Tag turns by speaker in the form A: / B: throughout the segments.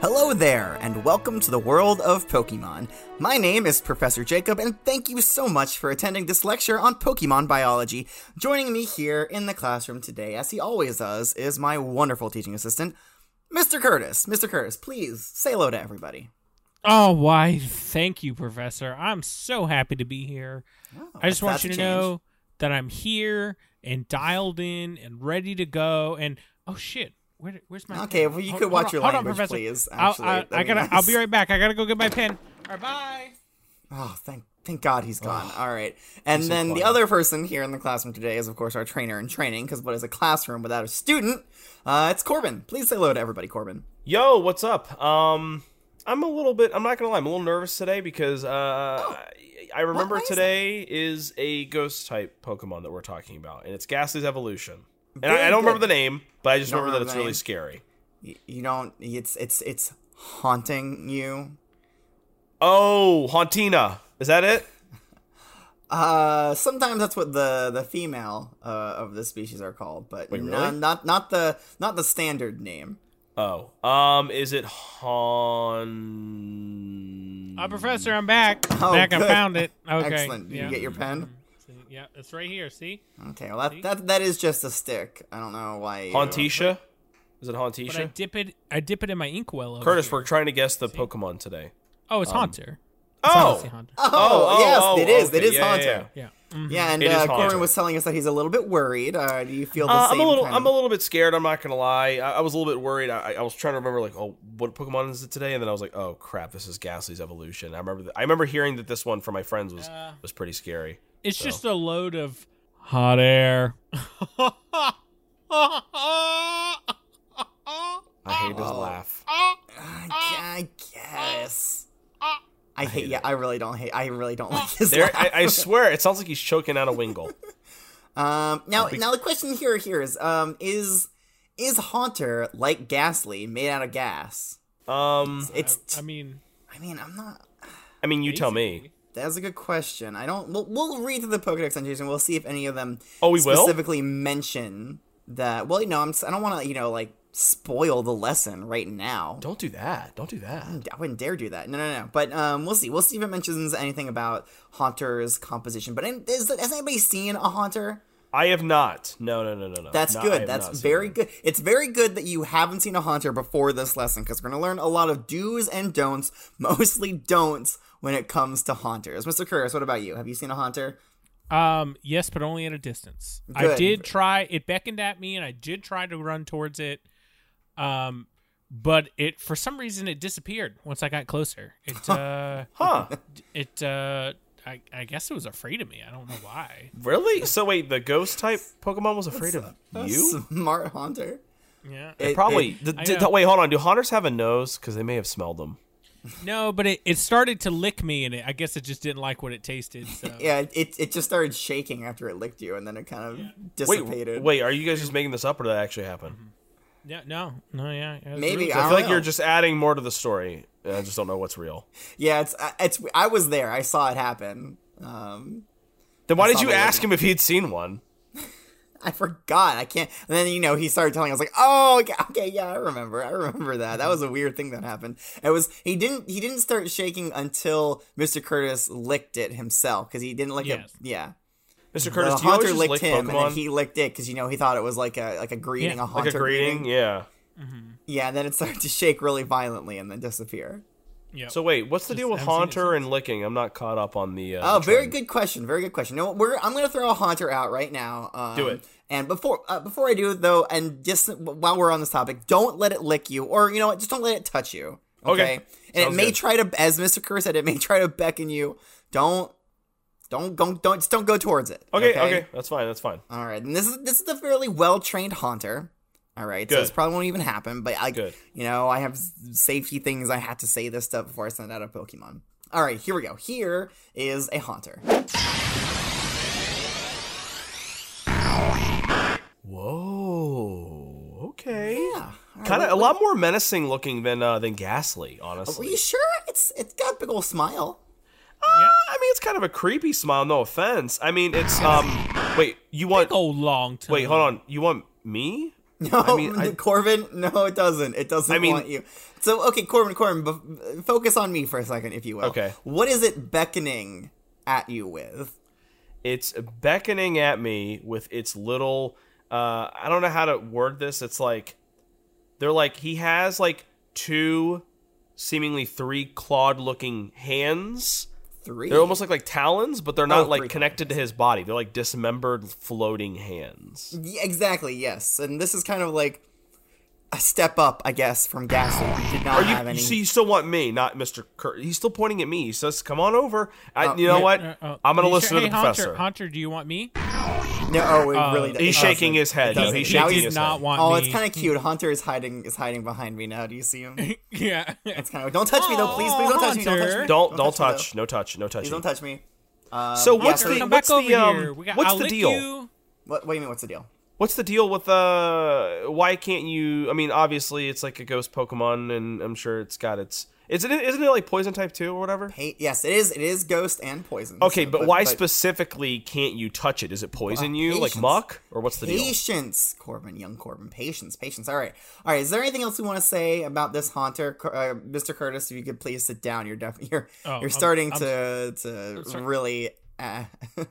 A: Hello there, and welcome to the world of Pokemon. My name is Professor Jacob, and thank you so much for attending this lecture on Pokemon biology. Joining me here in the classroom today, as he always does, is my wonderful teaching assistant, Mr. Curtis. Mr. Curtis, please say hello to everybody.
B: Oh, why, thank you, Professor. I'm so happy to be here.
A: Oh,
B: I just
A: that's-
B: want
A: that's
B: you
A: a
B: to
A: change.
B: know that I'm here and dialed in and ready to go. And oh shit, where, where's my
A: Okay,
B: pen?
A: well, you
B: Hold-
A: could
B: hold
A: watch
B: on-
A: your
B: hold on,
A: language,
B: Professor.
A: please,
B: I'll-
A: actually.
B: I,
A: That'd
B: I
A: be
B: gotta.
A: nice.
B: I'll be right back. I gotta go get my pen. All right, bye.
A: Oh, thank thank God he's gone. All right. And
B: so
A: then the
B: quiet.
A: other person here in the classroom today is, of course, our trainer in training, because what is a classroom without a student? Uh, it's Corbin. Please say hello to everybody, Corbin.
C: Yo, what's up? Um, I'm a little bit. I'm not gonna lie. I'm a little nervous today because uh, I- I remember
A: why is that?
C: today is a ghost type Pokemon that we're talking about, and it's Ghastly's evolution. And
A: Very
C: I, I don't
A: good.
C: remember the name, but I just
A: Don't
C: remember, that
A: remember
C: it's
A: the
C: really scary.
A: name. Y- You don't. It's it's it's haunting you.
C: Oh, Hauntina. Is that it?
A: Uh, sometimes that's what the the female uh, of the species are called, but
C: Wait,
A: no-
C: really?
A: not not the not the standard name.
C: Oh, um, is it Haunt?
B: Uh, Professor, I'm back.
A: Hmm. Oh,
B: back. I
A: good.
B: found it. Okay.
A: Excellent. Did
B: yeah.
A: you get your pen?
B: See, yeah, it's right here. See,
A: Okay. Well, that that that is just a stick. I don't know why. you-
C: Hauntisha. Is it
B: but I
C: Hauntisha?
B: dip it. I dip it in my inkwell. over
C: Curtis,
B: here.
C: we're trying to guess the Pokemon today.
B: Oh, it's Haunter.
C: Oh,
B: It's Haunter.
A: Um, Oh,
C: Oh, oh,
A: yes,
C: oh,
A: it is.
C: okay,
A: It is
C: yeah, yeah,
A: haunting.
C: yeah. Mm-hmm.
B: Yeah. Mhm.
A: Yeah, and
C: It is
A: uh, Corbin
C: haunting.
A: was telling us that he's a little bit worried. Uh, do you feel the
C: Uh,
A: same?
C: I'm a little,
A: kind
C: I'm a
A: of-
C: little bit scared. I'm not gonna lie. I, I was a little bit worried. I, I was trying to remember like, oh, what Pokemon is it today? And then I was like, oh crap, this is Ghastly's evolution. I remember, th- I remember hearing that this one from my friends was
B: Uh.
C: was pretty scary.
B: It's
C: So-
B: just a load of hot air.
C: I hate his
A: Oh.
C: laugh.
A: I, I guess. I hate. Yeah, I really don't hate. I really don't like his.
C: There,
A: laugh.
C: I, I swear, it sounds like he's choking out a wingle.
A: Um, now, now the question here here is um is is Haunter like Ghastly made out of gas?
C: Um,
A: It's
B: I, I mean,
A: I mean I'm not.
C: I mean, you tell me.
A: That's a good question. I don't. We'll, we'll read through the Pokedex entries and we'll see if any of them
C: Oh, we will?
A: specifically mention that. Well, you know, I'm. s- I don't want to. You know, like spoil the lesson right now.
C: Don't do that. Don't do that.
A: I wouldn't dare do that. No, no, no. But um, we'll see. We'll see if it mentions anything about Haunter's composition. But an- is, has anybody seen a Haunter?
C: I have not. No, no, no, no, no.
A: That's
C: No, I
A: good.
C: have
A: That's
C: not seen
A: very
C: it.
A: good. It's very good that you haven't seen a Haunter before this lesson because we're going to learn a lot of do's and don'ts, mostly don'ts when it comes to Haunters. Mr. Curtis, what about you? Have you seen a Haunter?
B: um, yes, but only at a distance. I
A: Good.
B: did try. It beckoned at me, and I did try to run towards it. Um, but it for some reason it disappeared once I got closer. It uh,
C: Huh?
B: it uh, I, I guess it was afraid of me. I don't know why.
C: Really? So wait, the ghost type Pokemon was afraid of you?
A: Smart Haunter.
B: Yeah.
A: It-
C: Probably.
A: it-
C: d-
B: I
C: d-
B: know.
C: wait, hold on. Do haunters have a nose? Because they may have smelled them.
B: No, but it, it started to lick me, and it, I guess it just didn't like what it tasted. So
A: yeah, it, it, it just started shaking after it licked you and then it kind of
C: Wait,
A: dissipated.
C: wait. Are you guys just making this up, or did that actually happen?
B: yeah, no, no, yeah. it was
A: Maybe
B: really-
A: I
C: I,
A: don't
C: feel like
A: know.
C: you're just adding more to the story. and I just don't know what's real.
A: Yeah, it's, uh, it's, I was there. I saw it happen. Um,
C: Then why
A: saw
C: did you
A: the
C: ask him if he'd seen one?
A: I forgot. I can't. And then you know he started telling. I was like, oh, okay, okay, yeah, I remember. I remember that. That was a weird thing that happened. It was he didn't he didn't start shaking until Mr. Curtis licked it himself because he didn't lick
B: Yes.
A: it. Yeah,
C: Mr. Curtis,
A: the
C: do you always
A: haunter
C: just
A: licked
C: lick
A: him and
C: Pokemon?
A: then he licked it because you know he thought it was like a like a greeting,
B: Yeah,
A: a
C: like
A: haunter
C: a greeting? Yeah.
A: Yeah, and then it started to shake really violently and then disappear.
B: yeah.
C: So wait, what's the deal with
B: haven't seen it
C: haunter and licking? I'm not caught up on the. Uh,
A: Oh,
C: the
A: very
C: trend.
A: good question. Very good question. No, we're I'm gonna throw a haunter out right now. Um,
C: Do it.
A: And before uh, before I do though, and just while we're on this topic, don't let it lick you, or you know what, just don't let it touch you. Okay.
C: Okay.
A: And
C: Sounds
A: it may
C: good.
A: try to, as Mister Kerr said, it may try to beckon you. Don't, don't, don't, don't, just don't go towards it.
C: Okay, okay, that's fine. That's fine.
A: All right, and this is this is a fairly well trained haunter. All right, so
C: Good.
A: this probably won't even happen. But I,
C: Good.
A: you know, I have s- safety things. I had to say this stuff before I send out a Pokemon. All right, here we go. Here is a haunter.
C: Whoa. Okay.
A: Yeah, all
C: Kind
A: right.
C: of a lot more menacing looking than uh, than Ghastly,
A: Are
C: honestly.
A: you sure? It's it's got a big old smile.
C: Uh, I mean, it's kind of a creepy smile. No offense. I mean, it's um. Wait, you want?
B: Big old long time.
C: Wait, hold on. You want me?
A: No,
C: I mean, I-
A: Corbin. No, it doesn't. It doesn't
C: I mean-
A: want you. So okay, Corbin, Corbin, bef- focus on me for a second, if you will.
C: Okay.
A: What is it beckoning at you with?
C: It's beckoning at me with its little. Uh, I don't know how to word this. It's like they're like he has like two, seemingly three clawed-looking hands.
A: 3
C: They're almost like like talons, but they're not
A: Oh, three
C: like connected to his body. They're like dismembered floating hands.
A: Y- exactly yes, and this is kind of like a step up, I guess, from Gasly. He Did not
C: Are you,
A: have any.
C: you see, you still want me, not Mr. Kurt. He's still pointing at me. He says, "Come on over." I, you know what?
B: Uh, uh,
C: I'm gonna
B: you
C: listen
B: sure-
C: to the
B: hey,
C: professor.
B: Hunter, Hunter, do you want me?
A: no, oh, it really. does-
C: uh, He's
A: it
C: shaking
A: doesn't.
C: his head.
A: It
C: No,
A: doesn't.
C: he's
A: Now
C: shaking
A: he's
B: Did
C: his
B: not
C: head.
B: want
A: Oh,
B: me.
A: it's kind of cute. Hunter is hiding is hiding behind me now. Do you see him? It's
B: yeah.
A: kind of don't touch me though, please. Please don't touch me. Don't touch
B: Hunter.
C: Don't
A: me.
C: don't
A: me, though.
C: touch. No touch. No touch.
A: Please don't touch me. Um,
C: So what's
A: yeah, so-
C: the-
B: Come
C: what's
B: back over
C: um,
B: here. We got,
C: what's
B: I'll
C: the
B: lick
C: deal?
B: You.
A: What, what do you mean? What's the deal?
C: What's the deal with uh? Why can't you? I mean, obviously, it's like a ghost Pokemon, and I'm sure it's got its. Is it? Isn't it like poison type too, or whatever?
A: Hate. Yes, it is. It is ghost and poison.
C: Okay,
A: So-
C: but, why specifically can't you touch it? Is it poison you, like
A: patience.
C: muck, or what's the deal?
A: Patience, Corbin, young Corbin. Patience, patience. All right, all right. Is there anything else we want to say about this haunter, Cur- uh, Mr. Curtis? If you could please sit down, you're def- you're
B: Oh,
A: you're
B: I'm-
A: starting
B: I'm
A: to to
B: sorry.
A: really uh,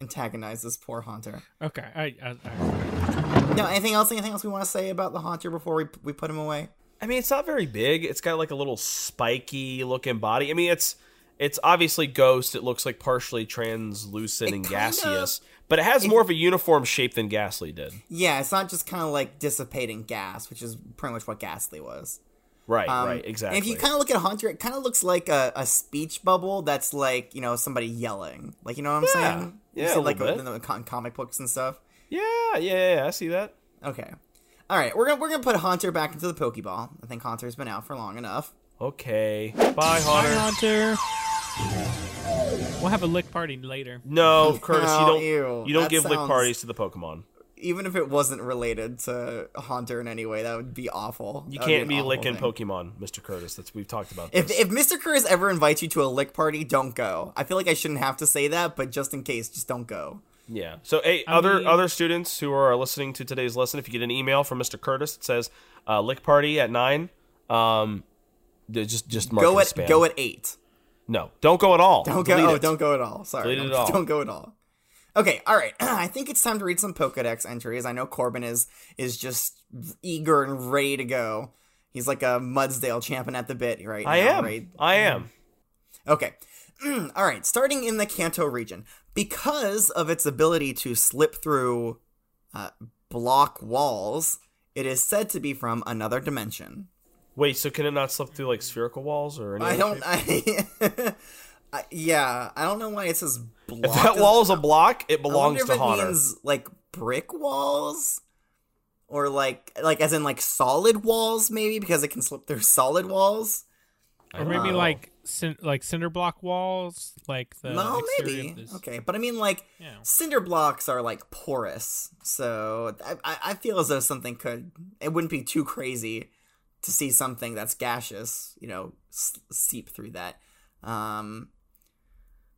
A: antagonize this poor haunter.
B: Okay. I, I, I,
A: No, anything else? Anything else we want to say about the haunter before we we put him away?
C: I mean, it's not very big. It's got like a little spiky looking body. I mean, it's it's obviously ghost. It looks like partially translucent and
A: kinda-
C: gaseous, but it has more of a uniform shape than Ghastly did.
A: Yeah, it's not just kind of like dissipating gas, which is pretty much what Ghastly was.
C: Right,
A: Um,
C: right, exactly.
A: And if you kind of look at Hunter, it kind of looks like a, a speech bubble that's like you know somebody yelling, like you know what I'm
C: Yeah.
A: saying?
C: Yeah,
A: you
C: a
A: see, like
C: little bit.
A: in the con- comic books and stuff.
C: yeah, yeah, yeah, I see that.
A: Okay, all right, we're gonna we're gonna put Hunter back into the Pokeball. I think Hunter's been out for long enough.
C: Okay, bye,
B: Bye,
C: Hunter.
B: Hunter. We'll have a lick party later.
C: No, Curtis, you
A: Oh,
C: don't.
A: ew.
C: you don't
A: That
C: give lick
A: sounds-
C: parties to the Pokemon.
A: Even if it wasn't related to Hunter in any way, that would be awful.
C: You
A: That would
C: can't
A: an
C: be
A: awful
C: licking
A: thing.
C: Pokemon, Mister Curtis. That's we've talked about.
A: If,
C: This.
A: if Mr. Curtis ever invites you to a lick party, don't go. I feel like I shouldn't have to say that, but just in case, just don't go.
C: Yeah. So, hey, other
B: mean-
C: other students who are listening to today's lesson, if you get an email from Mr. Curtis that says uh, "lick party at nine, um, d- just just mark
A: Go
C: it
A: at
C: as spam.
A: go at eight.
C: No, don't go at all.
A: Don't go.
C: Delete
A: Oh,
C: it.
A: don't go at all. Sorry.
C: Delete it
A: don't,
C: all.
A: don't go at all. Okay. All right. I think it's time to read some Pokedex entries. I know Corbin is is just eager and ready to go. He's like a Mudsdale champing at the bit right
C: I
A: now,
C: am.
A: right?
C: I am.
A: Okay. Mm, all right. Starting in the Kanto region, because of its ability to slip through uh, block walls, it is said to be from another dimension.
C: Wait, so can it not slip through like spherical walls or anything?
A: I don't. I, I, yeah. I don't know why it says block.
C: If that
A: is-
C: wall is a block, it
A: I wonder
C: belongs
A: if
C: to
A: it
C: Honor.
A: means like brick walls or like like as in like solid walls maybe because it can slip through solid walls
B: Or maybe like cin- like cinder block walls, like the
A: no
B: exterior
A: maybe
B: of this-
A: okay but i mean like
B: Yeah.
A: cinder blocks are like porous so I, I I feel as though something could it wouldn't be too crazy to see something that's gaseous you know s- seep through that um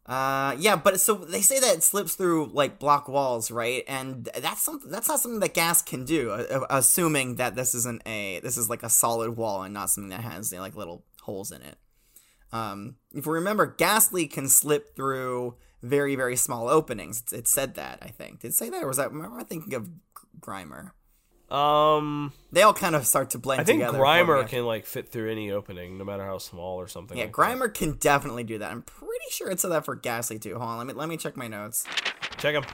A: Uh, yeah, but so they say that it slips through like block walls, right? And that's something that's not something that gas can do. uh, uh, Assuming that this isn't a this is like a solid wall and not something that has you know, like little holes in it. Um, if we remember, Ghastly can slip through very very small openings. It, it said that I think did it say that or was that remember I thinking of G- Grimer?
C: Um,
A: They all kind of start to blend
C: I think
A: together.
C: Grimer can like fit through any opening, no matter how small or something.
A: Yeah,
C: like
A: Grimer can definitely do that. I'm pretty sure it said that for Ghastly too. Hold on, let me let me check my notes.
C: that. Check him.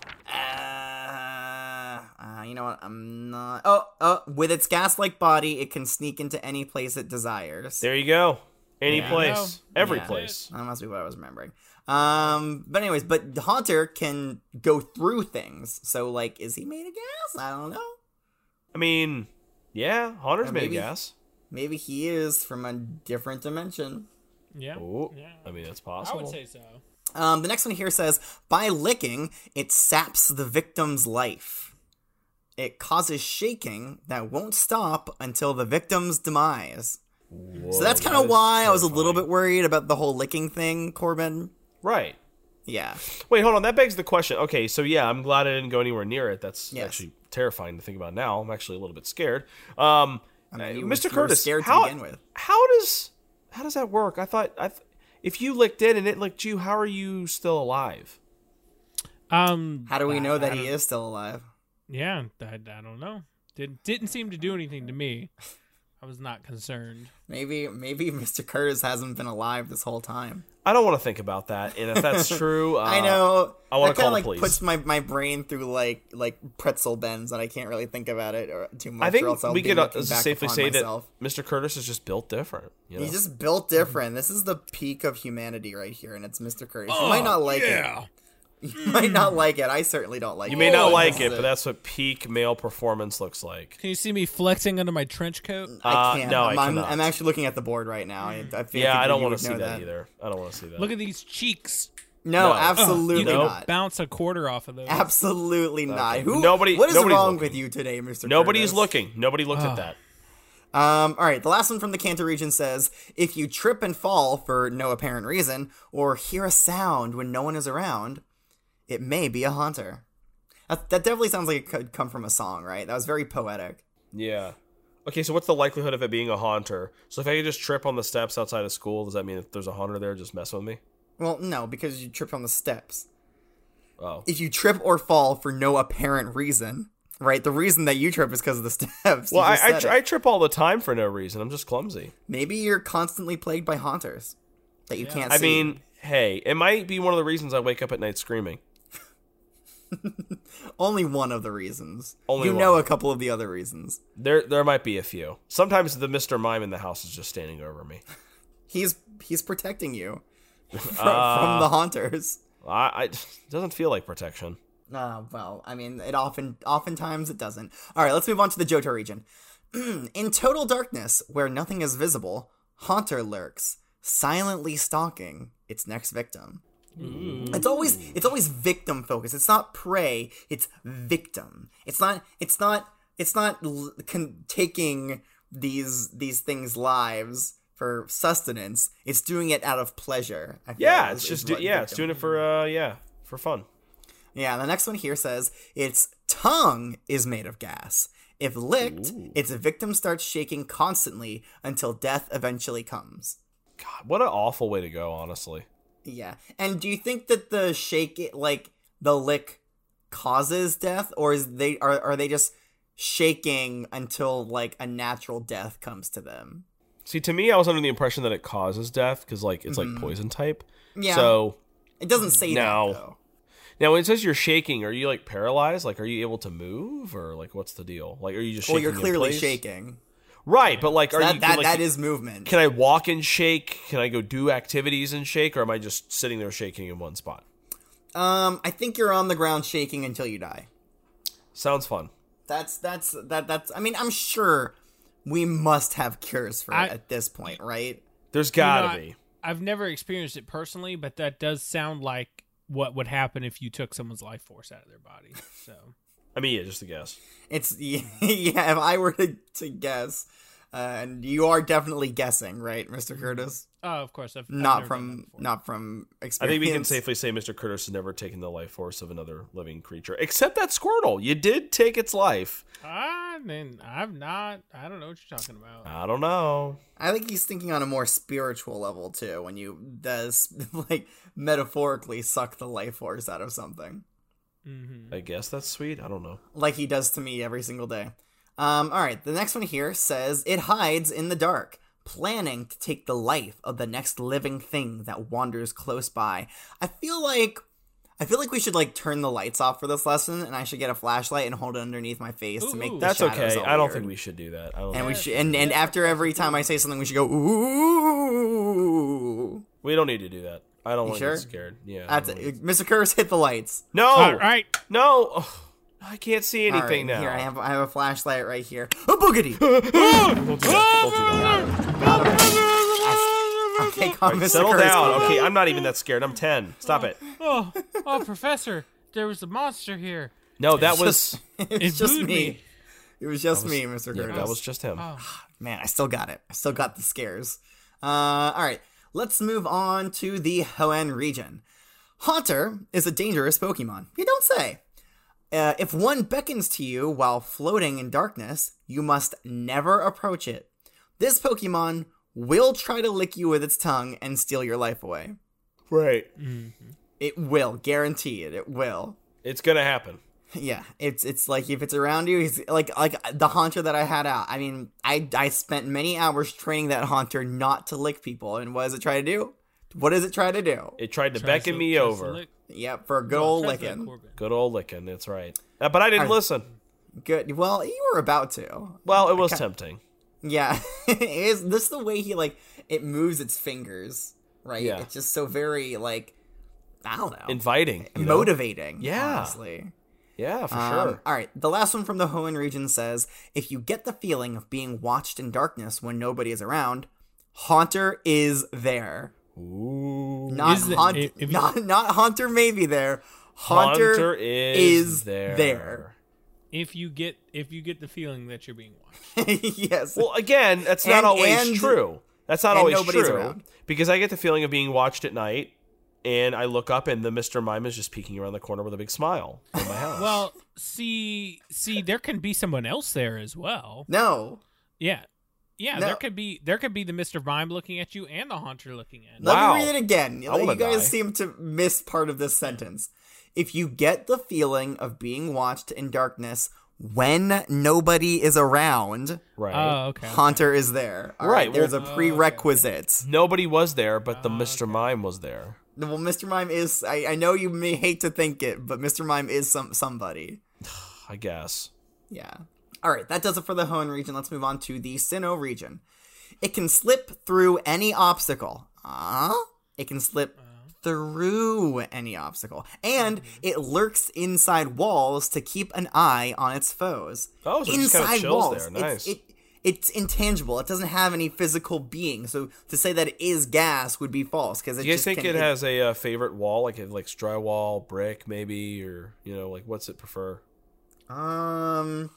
A: Uh, uh, you know what? I'm not. Oh, oh, with its gas like body, it can sneak into any place it desires.
C: There you go. Any
B: Yeah.
C: place, every
A: Yeah.
C: place.
A: That must be what I was remembering. Um, but anyways, but the Haunter can go through things. So, like, is he made of gas? I don't know.
C: I mean, yeah, Haunter's
A: Or
C: made of
A: maybe-
C: gas.
A: Maybe he is from a different dimension.
B: Yeah.
C: Oh,
B: Yeah.
C: I mean that's
B: I
C: possible.
B: would say so.
A: Um, the next one here says by licking, it saps the victim's life. It causes shaking that won't stop until the victim's demise. so that's kind of why I was a little bit worried about the whole licking thing, Corbin.
C: right.
A: Yeah.
C: Wait, hold on. That begs the question. Okay, so yeah, I'm glad I didn't go anywhere near it. That's
A: Yes.
C: actually terrifying to think about now. I'm actually a little bit scared. Um,
A: I mean,
C: uh,
A: you were-
C: Mr.
A: you were
C: Curtis,
A: scared to
C: how,
A: begin with.
C: how does how does that work? I thought I th- if you licked it and it licked you, how are you still alive?
B: Um,
A: How do we
B: I-
A: know that
B: I
A: he
B: don't-
A: is still alive?
B: Yeah, I, I don't know. Didn't didn't seem to do anything to me. I was not concerned.
A: Maybe maybe Mr. Curtis hasn't been alive this whole time.
C: I don't want to think about that. And if that's true, uh,
A: I know.
C: I wanna
A: that kinda,
C: call the
A: like
C: police.
A: puts my, my brain through like like pretzel bends, and I can't really think about it or too much.
C: I
A: or
C: think
A: else I'll
C: we
A: be
C: could uh,
A: looking back
C: safely
A: upon
C: say
A: myself.
C: that Mr. Curtis is just built different. You know?
A: He's just built different. This is the peak of humanity right here, and it's Mr. Curtis. you
C: Oh,
A: might not like
B: yeah.
A: it. You might not like it. I certainly don't like
C: Mm.
A: it.
C: you may not
A: This
C: like
A: is
C: it, but that's what peak male performance looks like.
B: Can you see me flexing under my trench coat?
C: uh,
A: I can't.
C: no, I
A: I'm, I'm,
C: cannot.
A: I'm actually looking at the board right now. I, I figured
C: Yeah, I don't
A: you
C: want
A: would
C: to see
A: know
C: that, either. I don't want to see that.
B: Look at these cheeks.
A: No,
C: No.
A: absolutely
B: you can
A: not.
B: bounce a quarter off of those.
A: Absolutely not. Who?
C: Nobody-
A: What is
C: nobody's
A: wrong
C: looking.
A: with you today, Mister?
C: Nobody's looking. Nobody looked at that.
A: Um, all right, the last one from the Cantor region says if you trip and fall for no apparent reason, or hear a sound when no one is around, it may be a haunter. That, that definitely sounds like it could come from a song, right? That was very poetic.
C: Yeah. Okay, so what's the likelihood of it being a haunter? So if I could just trip on the steps outside of school, does that mean if there's a haunter there, just mess with me?
A: Well, no, because you tripped on the steps.
C: Oh.
A: If you trip or fall for no apparent reason, right? The reason that you trip is because of the steps. You
C: Well, I,
A: just
C: I,
A: said
C: tr-
A: it.
C: I trip all the time for no reason. I'm just clumsy.
A: Maybe you're constantly plagued by haunters that you can't.
C: I
A: see.
C: mean, hey, it might be one of the reasons I wake up at night screaming.
A: only one of the reasons.
C: Only
A: you
C: one.
A: know a couple of the other reasons.
C: There, there might be a few. Sometimes the Mister Mime in the house is just standing over me.
A: He's he's protecting you from, from the haunters.
C: I, I it doesn't feel like protection.
A: Uh, well, I mean, it often, oftentimes it doesn't. All right, let's move on to the Johto region. In total darkness, where nothing is visible, Haunter lurks, silently stalking its next victim. It's always it's always victim focused. It's not prey. It's victim. It's not it's not it's not l- con- taking these these things lives for sustenance. It's doing it out of pleasure. I feel
C: Yeah,
A: is-
C: it's
A: is
C: just do,
A: what
C: yeah,
A: victim
C: it's doing it for uh yeah for fun.
A: yeah, the next one here says its tongue is made of gas. If licked, its victim starts shaking constantly until death eventually comes.
C: God, what an awful way to go, honestly.
A: Yeah. And do you think that the shake it like the lick causes death or is they are are they just shaking until like a natural death comes to them?
C: See, to me, I was under the impression that it causes death because like it's like poison type.
A: Mm-hmm. Yeah.
C: So
A: It doesn't say
C: No.
A: that though.
C: now when it says you're shaking, are you like paralyzed? Like, are you able to move or like what's the deal? Like, are you just?
A: Well,
C: shaking
A: you're
C: in
A: clearly
C: place?
A: shaking.
C: Right, but like, are
A: That
C: you?
A: that,
C: can, like,
A: that is movement.
C: Can I walk and shake? Can I go do activities and shake, or am I just sitting there shaking in one spot?
A: um I think you're on the ground shaking until you die.
C: Sounds fun.
A: That's that's that that's. I mean, I'm sure we must have cures for
B: I-
A: it at this point, right?
C: There's
B: You know,
C: gotta
B: I-
C: be.
B: I've never experienced it personally, but that does sound like what would happen if you took someone's life force out of their body. So
C: I mean, yeah, just a guess.
A: It's yeah. If I were to, to guess, uh, and you are definitely guessing, right, Mister Curtis?
B: Oh, of course, I've, I've
A: Not
B: never done that
A: from
B: before.
A: not from
C: I
A: experience.
C: think we can safely say Mr. Curtis has never taken the life force of another living creature, except that Squirtle. You did take its life.
B: I mean, I've not. I don't know what you're talking
A: Uh,
B: about.
C: I don't know.
A: I think he's thinking on a more spiritual level too. When you does like metaphorically suck the life force out of something,
B: Mm-hmm.
C: I guess that's sweet. I don't know.
A: like he does to me every single day. Um, all right, the next one here says it hides in the dark, planning to take the life of the next living thing that wanders close by. I feel like I feel like we should like turn the lights off for this lesson, and I should get a flashlight and hold it underneath my face to make
B: Ooh.
A: the
C: That's okay.
A: shadows all
C: I don't
A: weird.
C: think we should do that. I don't
A: And
C: think-
A: we should, and, and after every time I say something, we should go ooh.
C: we don't need to do that. I don't want to
A: sure?
C: get scared. Yeah. I
A: That's
C: don't wanna-
A: it. Mr. Curse hit the lights.
C: No.
B: All
A: oh.
B: right,
C: No. Ugh. I can't see
A: All
C: anything
A: right,
C: now.
A: Here I have I have a flashlight right here. A boogity.
C: Don't
B: Oh,
C: do that. Don't do that.
B: Ah!
A: okay, calm, Mr.
C: Settle
A: Curtis.
C: down. Okay, I'm not even that scared. I'm 10. Stop it.
B: oh, oh, Professor, there was a monster here.
C: No, that was
B: It
A: It's just
B: booed
A: me. It was just me, Mr.
C: yeah,
A: Curtis.
C: that was just
B: Oh.
C: him.
A: Man, I still got it. I still got the scares. Uh, all right, let's move on to the Hoenn region. Haunter is a dangerous Pokemon. You don't say. Uh, if one beckons to you while floating in darkness, you must never approach it. This Pokemon will try to lick you with its tongue and steal your life away.
C: Right.
A: It will, guarantee it. It will.
C: It's gonna happen.
A: Yeah, it's it's like if it's around you, it's like like the haunter that I had out. I mean, I I spent many hours training that haunter not to lick people, and what does it try to do? What does it try to do?
C: It tried to
B: Tries
C: beckon
B: to-
C: me
B: tries to
C: over.
B: lick-
A: Yep, for a good old
B: tries to lick
A: licking.
B: Corbin.
C: Good old licking. That's right. Uh, but I didn't listen.
A: Good. Well, you were about to.
C: Well, it was tempting.
A: Yeah, it is this is the way he like it moves its fingers, right?
C: Yeah.
A: It's just so very like I don't know,
C: Inviting. you know?
A: motivating.
C: Yeah.
A: honestly.
C: Yeah, for
A: Um,
C: sure.
A: All right. The last one from the Hoenn region says if you get the feeling of being watched in darkness when nobody is around, Haunter is there.
C: Ooh.
A: Not
B: Is the-
A: Haunt-
B: if- if you-
A: not not Haunter may be there. Haunter,
C: Haunter, is,
A: is
C: there.
A: there.
B: If you get if you get the feeling that you're being watched,
A: yes.
C: Well, again, that's not
A: And-
C: always
A: and-
C: true. That's not
A: and
C: always
A: nobody's
C: true
A: around.
C: because I get the feeling of being watched at night, and I look up and the Mister Mime is just peeking around the corner with a big smile in my house.
B: well, see, see, there can be someone else there as well.
A: no.
B: Yeah, yeah,
A: No.
B: there could be there could be the Mister Mime looking at you and the Haunter looking at. you.
A: Let
C: Wow.
A: me read it again. You
C: I wanna
A: guys
C: die.
A: seem to miss part of this sentence. If you get the feeling of being watched in darkness when nobody is around,
C: right.
B: Oh, okay.
A: Haunter is there. All right.
C: Right,
A: There's
C: well-
A: a prerequisite.
C: Nobody was there, but the Mister Mime was there.
A: Well, Mr. Mime is. I, I know you may hate to think it, but Mr. Mime is some somebody.
C: I guess.
A: Yeah. All right, that does it for the Hoenn region. Let's move on to the Sinnoh region. It can slip through any obstacle. Huh? It can slip through any obstacle, and
C: Mm-hmm.
A: it lurks inside walls to keep an eye on its foes.
C: Oh, so it just kinda
A: inside
C: chills
A: walls.
C: there.
A: It's-
C: Nice.
A: it- it's intangible. It doesn't have any physical being. So to say that it is gas would be false because it
C: Do you guys
A: just
C: think it
A: can-
C: has a uh, favorite wall, like it likes drywall, brick, maybe, or you know, like what's it prefer?
A: Um,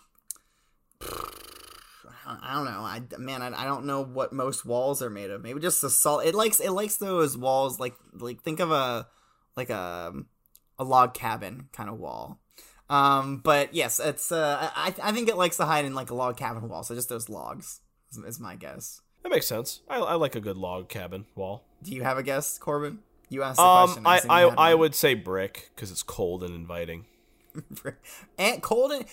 A: I don't know. I man, I, I don't know what most walls are made of. Maybe just the salt. It likes it likes those walls like like think of a like a a log cabin kind of wall. Um, but yes, it's uh, I I think it likes to hide in like a log cabin wall. So just those logs is, is my guess.
C: That makes sense. I, I like a good log cabin wall.
A: Do you have a guess, Corbin? You asked the
C: Um,
A: question.
C: I
A: assume
C: I,
A: you had
C: I
A: one.
C: would say brick because it's cold and inviting.
A: Aunt Colden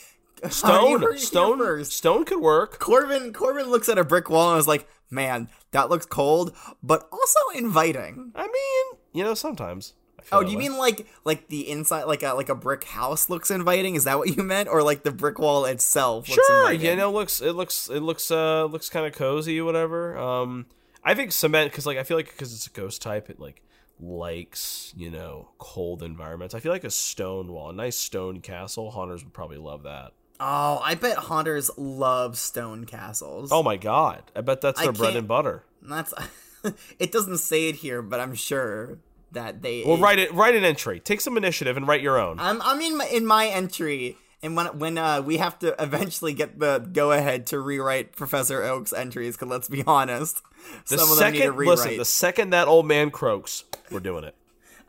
A: Oh, You heard it
C: Stone,
A: here
C: stone,
A: first.
C: stone could work.
A: Corbin Corbin looks at a brick wall and is like, "Man, that looks cold, but also inviting."
C: I mean, you know, sometimes. I feel
A: Oh,
C: that
A: do you
C: way.
A: mean like like the inside, like a like a brick house looks inviting? Is that what you meant, or like the brick wall itself? Looks
C: sure?
A: inviting?
C: You know, looks it looks it looks uh looks kind of cozy, whatever. Um, I think cement because like I feel like because it's a ghost type, it like likes you know cold environments. I feel like a stone wall, a nice stone castle. Haunters would probably love that.
A: Oh, I bet haunters love stone castles.
C: Oh my god, I bet that's
A: I
C: their bread
A: can't-
C: and butter.
A: that's. it doesn't say it here, but I'm sure that they.
C: Well, write it. Write an entry. Take some initiative and write your own.
A: I'm I'm in my, in my entry, and when when uh, we have to eventually get the go ahead to rewrite Professor Oak's entries, because let's be honest,
C: The
A: some of them need to
C: second,
A: rewrite.
C: listen. The second that old man croaks, we're doing it.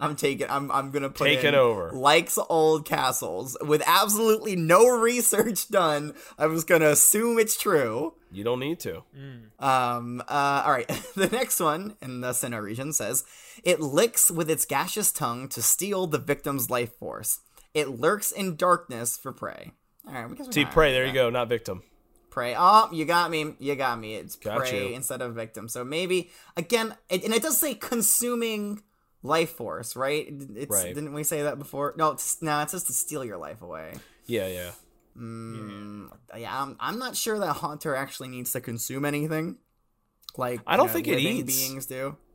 A: I'm taking. I'm I'm gonna put
C: Take
A: in
C: it over.
A: Likes old castles with absolutely no research done. I was gonna assume it's true.
C: You don't need to.
A: Mm. Um. Uh. All right. the next one in the Sinnoh region says it licks with its gaseous tongue to steal the victim's life force. It lurks in darkness for prey. All right. Because
C: See, prey. There you go. Not victim.
A: Prey. Oh, you got me. You got me. It's
C: Got
A: prey
C: you.
A: instead of victim. So maybe again, it, and it does say consuming life force, right? It's,
C: Right.
A: Didn't we say that before? No, it's, no, it's just to steal your life away.
C: Yeah, yeah.
A: Mm, yeah, I'm, I'm not sure that Haunter actually needs to consume anything. Like
C: I don't
A: you know,
C: think it
A: living
C: eats.
A: Beings do.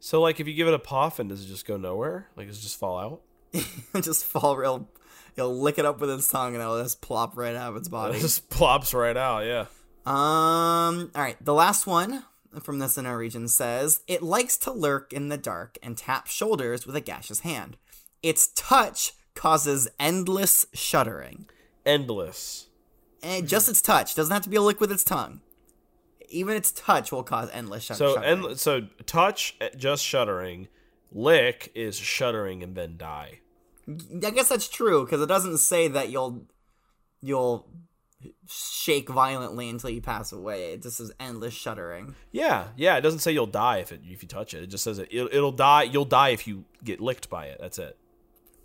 C: So, like, if you give it a puff and does it just go nowhere? Like, does it just fall out?
A: just fall real. He'll lick it up with his tongue, and it'll just plop right out of its
C: It
A: body.
C: just plops right out. Yeah.
A: Um. All right. The last one from the Sinnoh region says it likes to lurk in the dark and tap shoulders with a gaseous hand. Its touch causes endless shuddering.
C: Endless.
A: And just its touch doesn't have to be a lick with its tongue. Even its touch will cause endless shud-
C: So,
A: shuddering.
C: end, so touch eh, just shuddering. Lick is shuddering and then die.
A: I guess that's true because it doesn't say that you'll you'll shake violently until you pass away. It just says endless shuddering.
C: Yeah, yeah. It doesn't say you'll die if it if you touch it. It just says it. It'll, it'll die. You'll die if you get licked by it. That's it.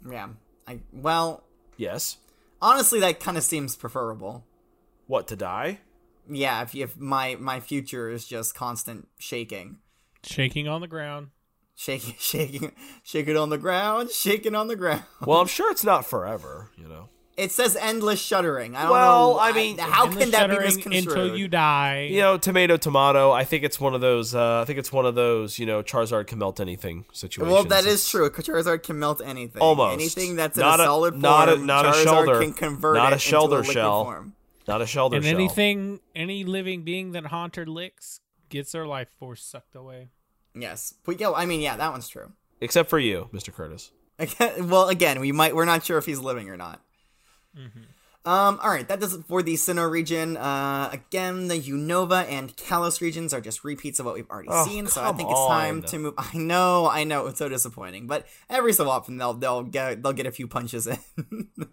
A: Yeah. I well,
C: Yes.
A: honestly, that kind of seems preferable.
C: What to die?
A: Yeah, if if my my future is just constant shaking,
B: Shaking on the ground.
A: shaking, shaking, shake it on the ground, shaking on the ground.
C: Well, I'm sure it's not forever. You know.
A: It says endless shuddering. I don't
C: Well,
A: know.
C: I mean,
A: how
B: And the
A: can that be
B: shuddering
A: misconstrued?
B: Until you die.
C: You know, tomato, tomato. I think it's one of those. Uh, I think it's one of those. You know, Charizard can melt anything situations.
A: Well, that is true. Charizard can melt anything.
C: Almost.
A: anything that's in
C: Not
A: a
C: a-
A: solid form.
C: not a- not a
A: Charizard
C: shelter.
A: can convert
C: Not a
A: it
C: shelter
A: into a liquid
C: shell.
A: Form.
C: not a shelter
B: and
C: shell.
B: anything, any living being that Haunter licks gets their life force sucked away.
A: Yes, but yeah, I mean, yeah, that one's true.
C: except for you, Mr. Curtis.
A: well, again, we might we're not sure if he's living or not.
C: Mm-hmm.
A: Um, all right, that does it for the Sinnoh region. Uh, again, the Unova and Kalos regions are just repeats of what we've already
C: Oh,
A: seen, so I
C: come
A: think it's time
C: on.
A: to move. I know, I know, it's so disappointing, but every so often they'll they'll get they'll get a few punches in. um,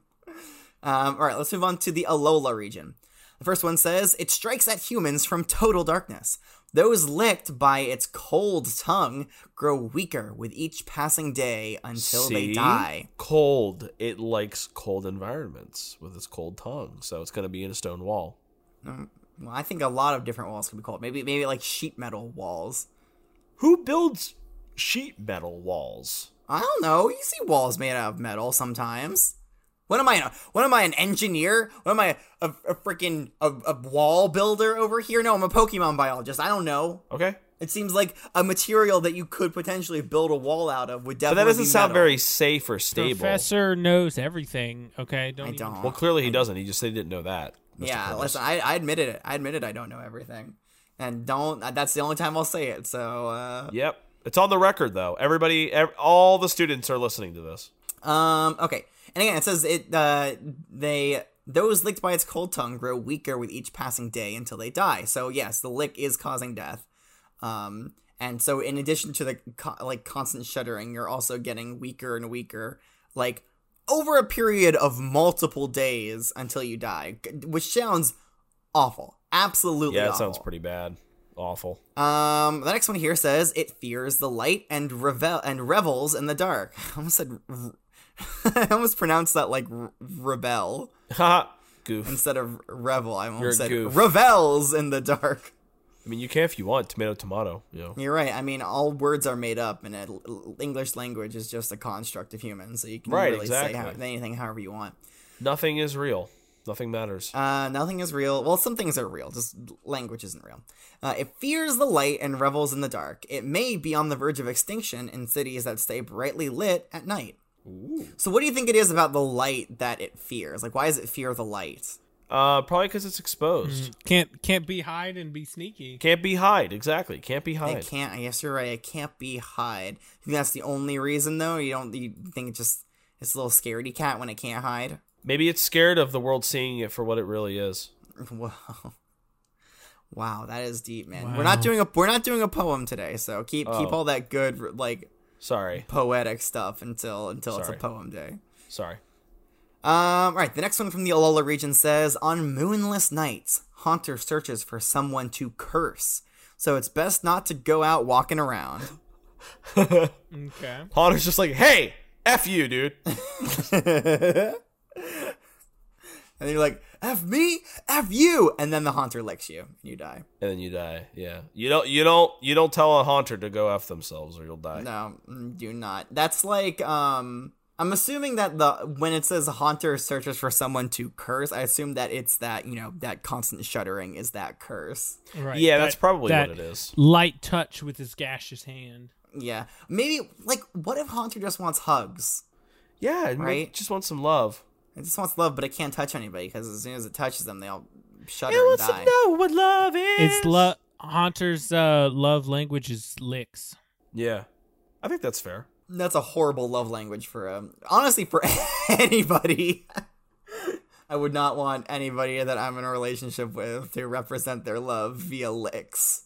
A: all right, let's move on to the Alola region. The first one says it strikes at humans from total darkness. Those licked by its cold tongue grow weaker with each passing day until they
C: See?
A: die.
C: Cold. It likes cold environments with its cold tongue, so it's going to be in a stone wall.
A: Well, I think a lot of different walls can be called. Maybe maybe like sheet metal walls.
C: Who builds sheet metal walls?
A: I don't know. You see walls made out of metal sometimes. What am I? What am I? An engineer? What am I? A, a freaking a, a wall builder over here? No, I'm a Pokemon biologist. I don't know.
C: Okay,
A: It seems like a material that you could potentially build a wall out of would
C: but
A: definitely.
C: that doesn't
A: be
C: sound
A: metal.
C: very safe or stable.
B: Professor knows everything. Okay, don't e-
A: I
B: even-
A: don't.
C: Well, clearly he doesn't. He just said he didn't know that. Mr.
A: yeah,
C: Curtis.
A: listen. I, I admitted it. I admitted I don't know everything, and don't. That's the only time I'll say it. So. uh
C: Yep, it's on the record though. Everybody, ev- all the students are listening to this.
A: Um. Okay. And again, it says it. Uh, they those licked by its cold tongue grow weaker with each passing day until they die. So yes, the lick is causing death. Um. And so, in addition to the co- like constant shuddering, you're also getting weaker and weaker, like over a period of multiple days until you die, g- which sounds awful. Absolutely.
C: Yeah, that
A: awful.
C: sounds pretty bad. Awful.
A: Um, the next one here says it fears the light and revel and revels in the dark. I almost said, r- I almost pronounced that like r- rebel
C: Haha. Goof.
A: instead of revel. I almost
C: You're a
A: said
C: goof.
A: revels in the dark.
C: I mean, you can if you want. Tomato, tomato. You know.
A: You're right. I mean, all words are made up, and it, English language is just a construct of humans, so you can
C: Right,
A: really say how,
C: exactly.
A: anything however you want.
C: Nothing is real. Nothing matters.
A: Uh, nothing is real. Well, some things are real, just language isn't real. Uh, it fears the light and revels in the dark. It may be on the verge of extinction in cities that stay brightly lit at night. So, what do you think it is about the light that it fears? Like, why does it fear the light?
C: Uh, probably because it's
B: Hmm.
C: exposed.
B: Can't can't be hide and be sneaky.
C: Can't be hide. Exactly. Can't be
A: I
C: hide.
A: can't. I guess you're right. It can't be hide. You think that's the only reason, though? You don't. You think it's just it's a little scaredy cat when it can't hide?
C: Maybe it's scared of the world seeing it for what it really is.
A: Wow. Wow, that is deep, man. We're not doing a we're not doing a poem today, so keep keep all that good like
C: Sorry.
A: poetic stuff until until
C: Sorry.
A: it's a poem day.
C: Sorry.
A: Um, all right, the next one from the Alola region says on moonless nights, Haunter searches for someone to curse. So it's best not to go out walking around.
B: Okay.
C: Potter's just like, hey, F you, dude.
A: And you're like, F me, F you, and then the haunter licks you and you die.
C: and then you die. Yeah. You don't you don't you don't tell a haunter to go F themselves or you'll die.
A: No, mm, do not. That's like um I'm assuming that the when it says haunter searches for someone to curse, I assume that it's that, you know, that constant shuddering is that curse.
B: Right.
C: yeah,
B: that-
C: that's probably
B: that
C: what it is.
B: Light touch with his gaseous hand.
A: Yeah. Maybe like what if Haunter just wants hugs?
C: Yeah, I mean,
A: Right?
C: just want some love.
A: It just wants love, but it can't touch anybody because as soon as it touches them, they all shudder
C: It
A: and
C: wants to
A: die.
C: know what love is.
B: It's lo- Haunter's uh, love language is licks.
C: Yeah. I think that's fair.
A: That's a horrible love language for um honestly for anybody. I would not want anybody that I'm in a relationship with to represent their love via licks.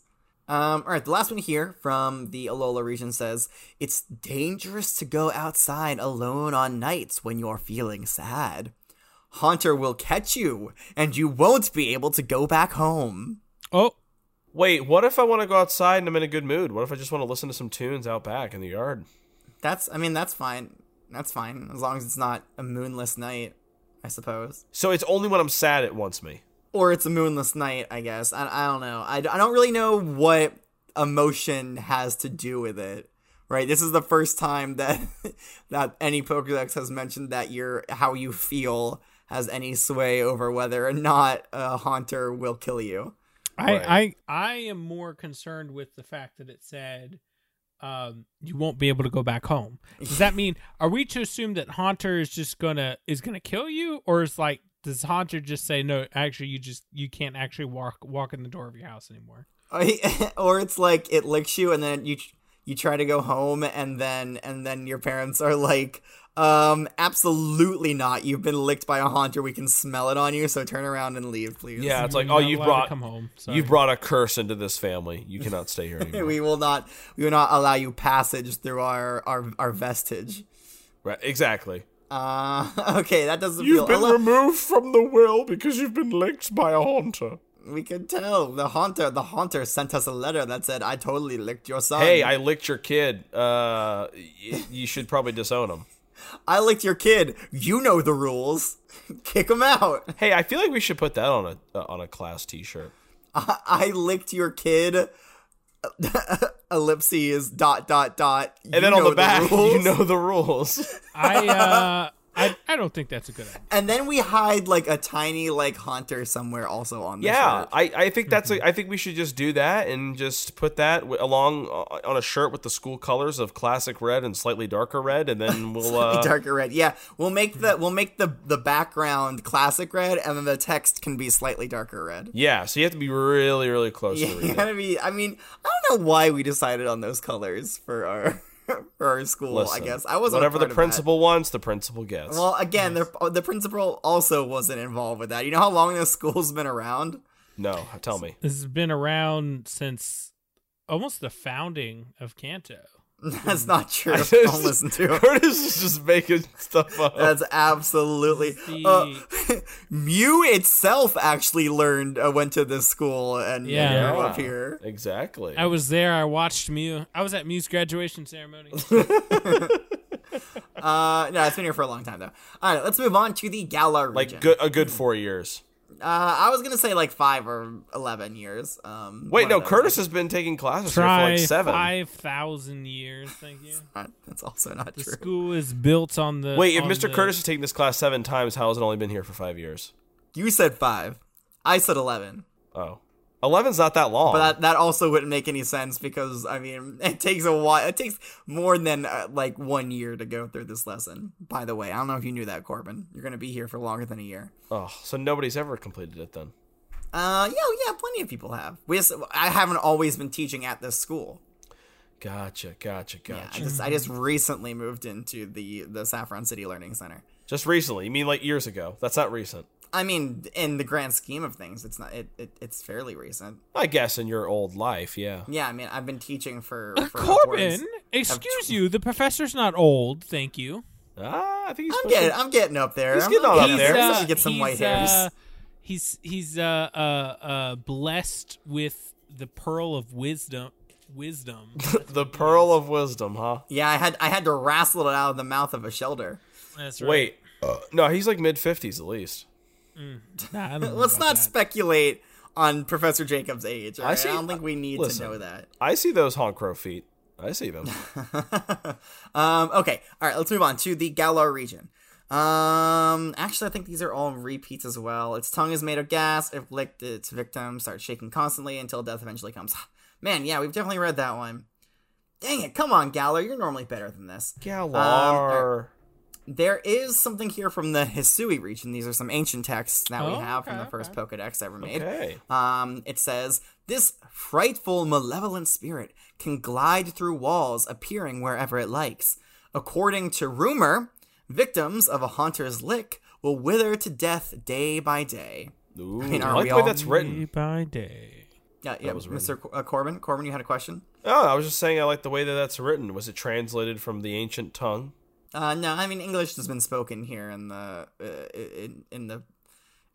A: Um, all right, the last one here from the Alola region says it's dangerous to go outside alone on nights when you're feeling sad. Haunter will catch you, and you won't be able to go back home.
B: Oh,
C: Wait, what if I want to go outside and I'm in a good mood? What if I just want to listen to some tunes out back in the yard?
A: That's, I mean, that's fine. That's fine as long as it's not a moonless night, I suppose.
C: So it's only when I'm sad it wants me.
A: or it's a moonless night i guess i, I don't know I, I don't really know what emotion has to do with it right this is the first time that that any pokédex has mentioned that your how you feel has any sway over whether or not a haunter will kill you
B: I,
C: Right.
B: I I am more concerned with the fact that it said um, you won't be able to go back home. Does that mean are we to assume that Haunter is just gonna is gonna kill you, or is like does Haunter just say no? Actually, you just you can't actually walk walk in the door of your house anymore.
A: or it's like it licks you and then you you try to go home and then and then your parents are like um absolutely not you've been licked by a haunter we can smell it on you so turn around and leave please
C: Yeah, it's like,
B: You're
C: oh,
B: not
C: you
B: allowed to
C: brought
B: come home. Sorry.
C: you brought a curse into this family. You cannot stay here anymore.
A: we will not we will not allow you passage through our our, our vestige
C: right, exactly.
A: uh okay that doesn't feel Alo-
C: removed from the will because you've been licked by a haunter.
A: we could tell the haunter the haunter sent us a letter that said i totally licked your son
C: Hey, I licked your kid. Uh, y- you should probably disown him.
A: I licked your kid you know the rules kick him out
C: Hey, I feel like we should put that on a uh, on a class T-shirt.
A: i, I licked your kid ellipses dot dot dot
C: And then on the back, you know the rules.
B: I uh, I I don't think that's a good idea.
A: and then we hide like a tiny like haunter somewhere also on the
C: yeah,
A: shirt.
C: I, I think that's a, I think we should just do that and just put that w- along uh, on a shirt with the school colors of classic red and slightly darker red, and then we'll uh,
A: darker red. Yeah, we'll make the we'll make the the background classic red, and then the text can be slightly darker red.
C: yeah. So you have to be really really close
A: Yeah,
C: to reading.
A: you gotta be. I mean, I don't know why we decided on those colors for our for our school.
C: Listen,
A: I guess I wasn't a
C: whatever the
A: part of that.
C: principal wants, the principal gets.
A: Well, again, the the principal also wasn't involved with that. You know how long this school's been around?
C: no, tell me.
B: This has been around since almost the founding of Kanto.
A: That's not true.
C: just- Oh.
A: Don't listen to it.
C: Curtis is just making stuff up.
A: That's absolutely. Uh, Mew itself actually learned uh, went to this school and and
B: Yeah.
A: grew up here.
C: Exactly.
B: I was there. I watched Mew. I was at Mew's graduation ceremony.
A: Uh, no, it's been here for a long time though. All right, let's move on to the Gala region.
C: like good, a good four years.
A: Uh, I was gonna say like five or eleven years. Um,
C: Wait,
A: one of
C: no,
A: those.
C: Curtis has been taking classes here for
B: Try
C: like seven.
B: five thousand years. Thank you.
A: Uh, That's also not
B: The
A: true.
B: school is built on the.
C: Wait, if
B: on
C: Mr.
B: the-
C: Curtis is taking this class seven times, how has it only been here for five years?
A: You said five. I said eleven.
C: Oh. 11's not that long.
A: But that that also wouldn't make any sense because I mean it takes a while. It takes more than uh, like one year to go through this lesson. By the way, I don't know if you knew that, Corbin. You're gonna be here for longer than a year.
C: oh, so nobody's ever completed it then.
A: Uh, yeah, yeah, plenty of people have. We just, I haven't always been teaching at this school.
C: Gotcha, gotcha,
A: Yeah, I
C: gotcha.
A: just I just recently moved into the the Saffron City Learning Center.
C: Just recently. You mean like years ago? That's not recent.
A: I mean, in the grand scheme of things, it's not it, it it's fairly recent.
C: I guess in your old life, yeah.
A: Yeah, I mean, I've been teaching for,
C: Uh,
A: for upwards-
B: Corbin, excuse you. The professor's not old. Thank you.
C: Ah, I think he's
A: I'm
C: pushing-
A: getting I'm getting up there.
C: He's
A: I'm,
C: getting
A: I'm
C: on up there.
A: I'm
B: uh,
A: starting to get some
B: he's,
A: white hairs.
B: uh, he's he's uh, uh uh blessed with the pearl of wisdom. Wisdom.
C: the pearl of wisdom, huh?
A: yeah, I had I had to wrestle it out of the mouth of a shelter.
B: That's right.
C: Wait. no, he's like mid 50s at least.
B: Nah, I don't know
A: Let's
B: about
A: not
B: that.
A: speculate on Professor Jacob's age. all right? I,
C: see-
A: don't think we need
C: listen.
A: to know that.
C: I see those honk crow feet. I see them.
A: um, okay, all right, let's move on to the Galar region. Um, actually, I think these are all repeats as well. Its tongue is made of gas. If licked, its victim starts shaking constantly until death eventually comes. Man, yeah, we've definitely read that one. Dang it, come on, Galar, you're normally better than this. Um,
C: Galar.
A: There is something here from the Hisui region. These are some ancient texts that we
B: Oh,
A: have from
B: okay,
A: the first Pokedex ever made.
C: okay.
A: Um, it says, This frightful, malevolent spirit can glide through walls, appearing wherever it likes. According to rumor, victims of a haunter's lick will wither to death day by day.
C: Ooh, I,
A: mean, are
C: like
A: we
C: the way
A: all-
C: that's
B: Day
C: written.
B: by day.
A: Yeah, yeah,
C: was
A: Mr. Cor- uh, Corbin, Corbin, you had a question?
C: Oh, I was just saying I like the way that that's written. Was it translated from the ancient tongue?
A: Uh, no, I mean English has been spoken here in the uh, in in the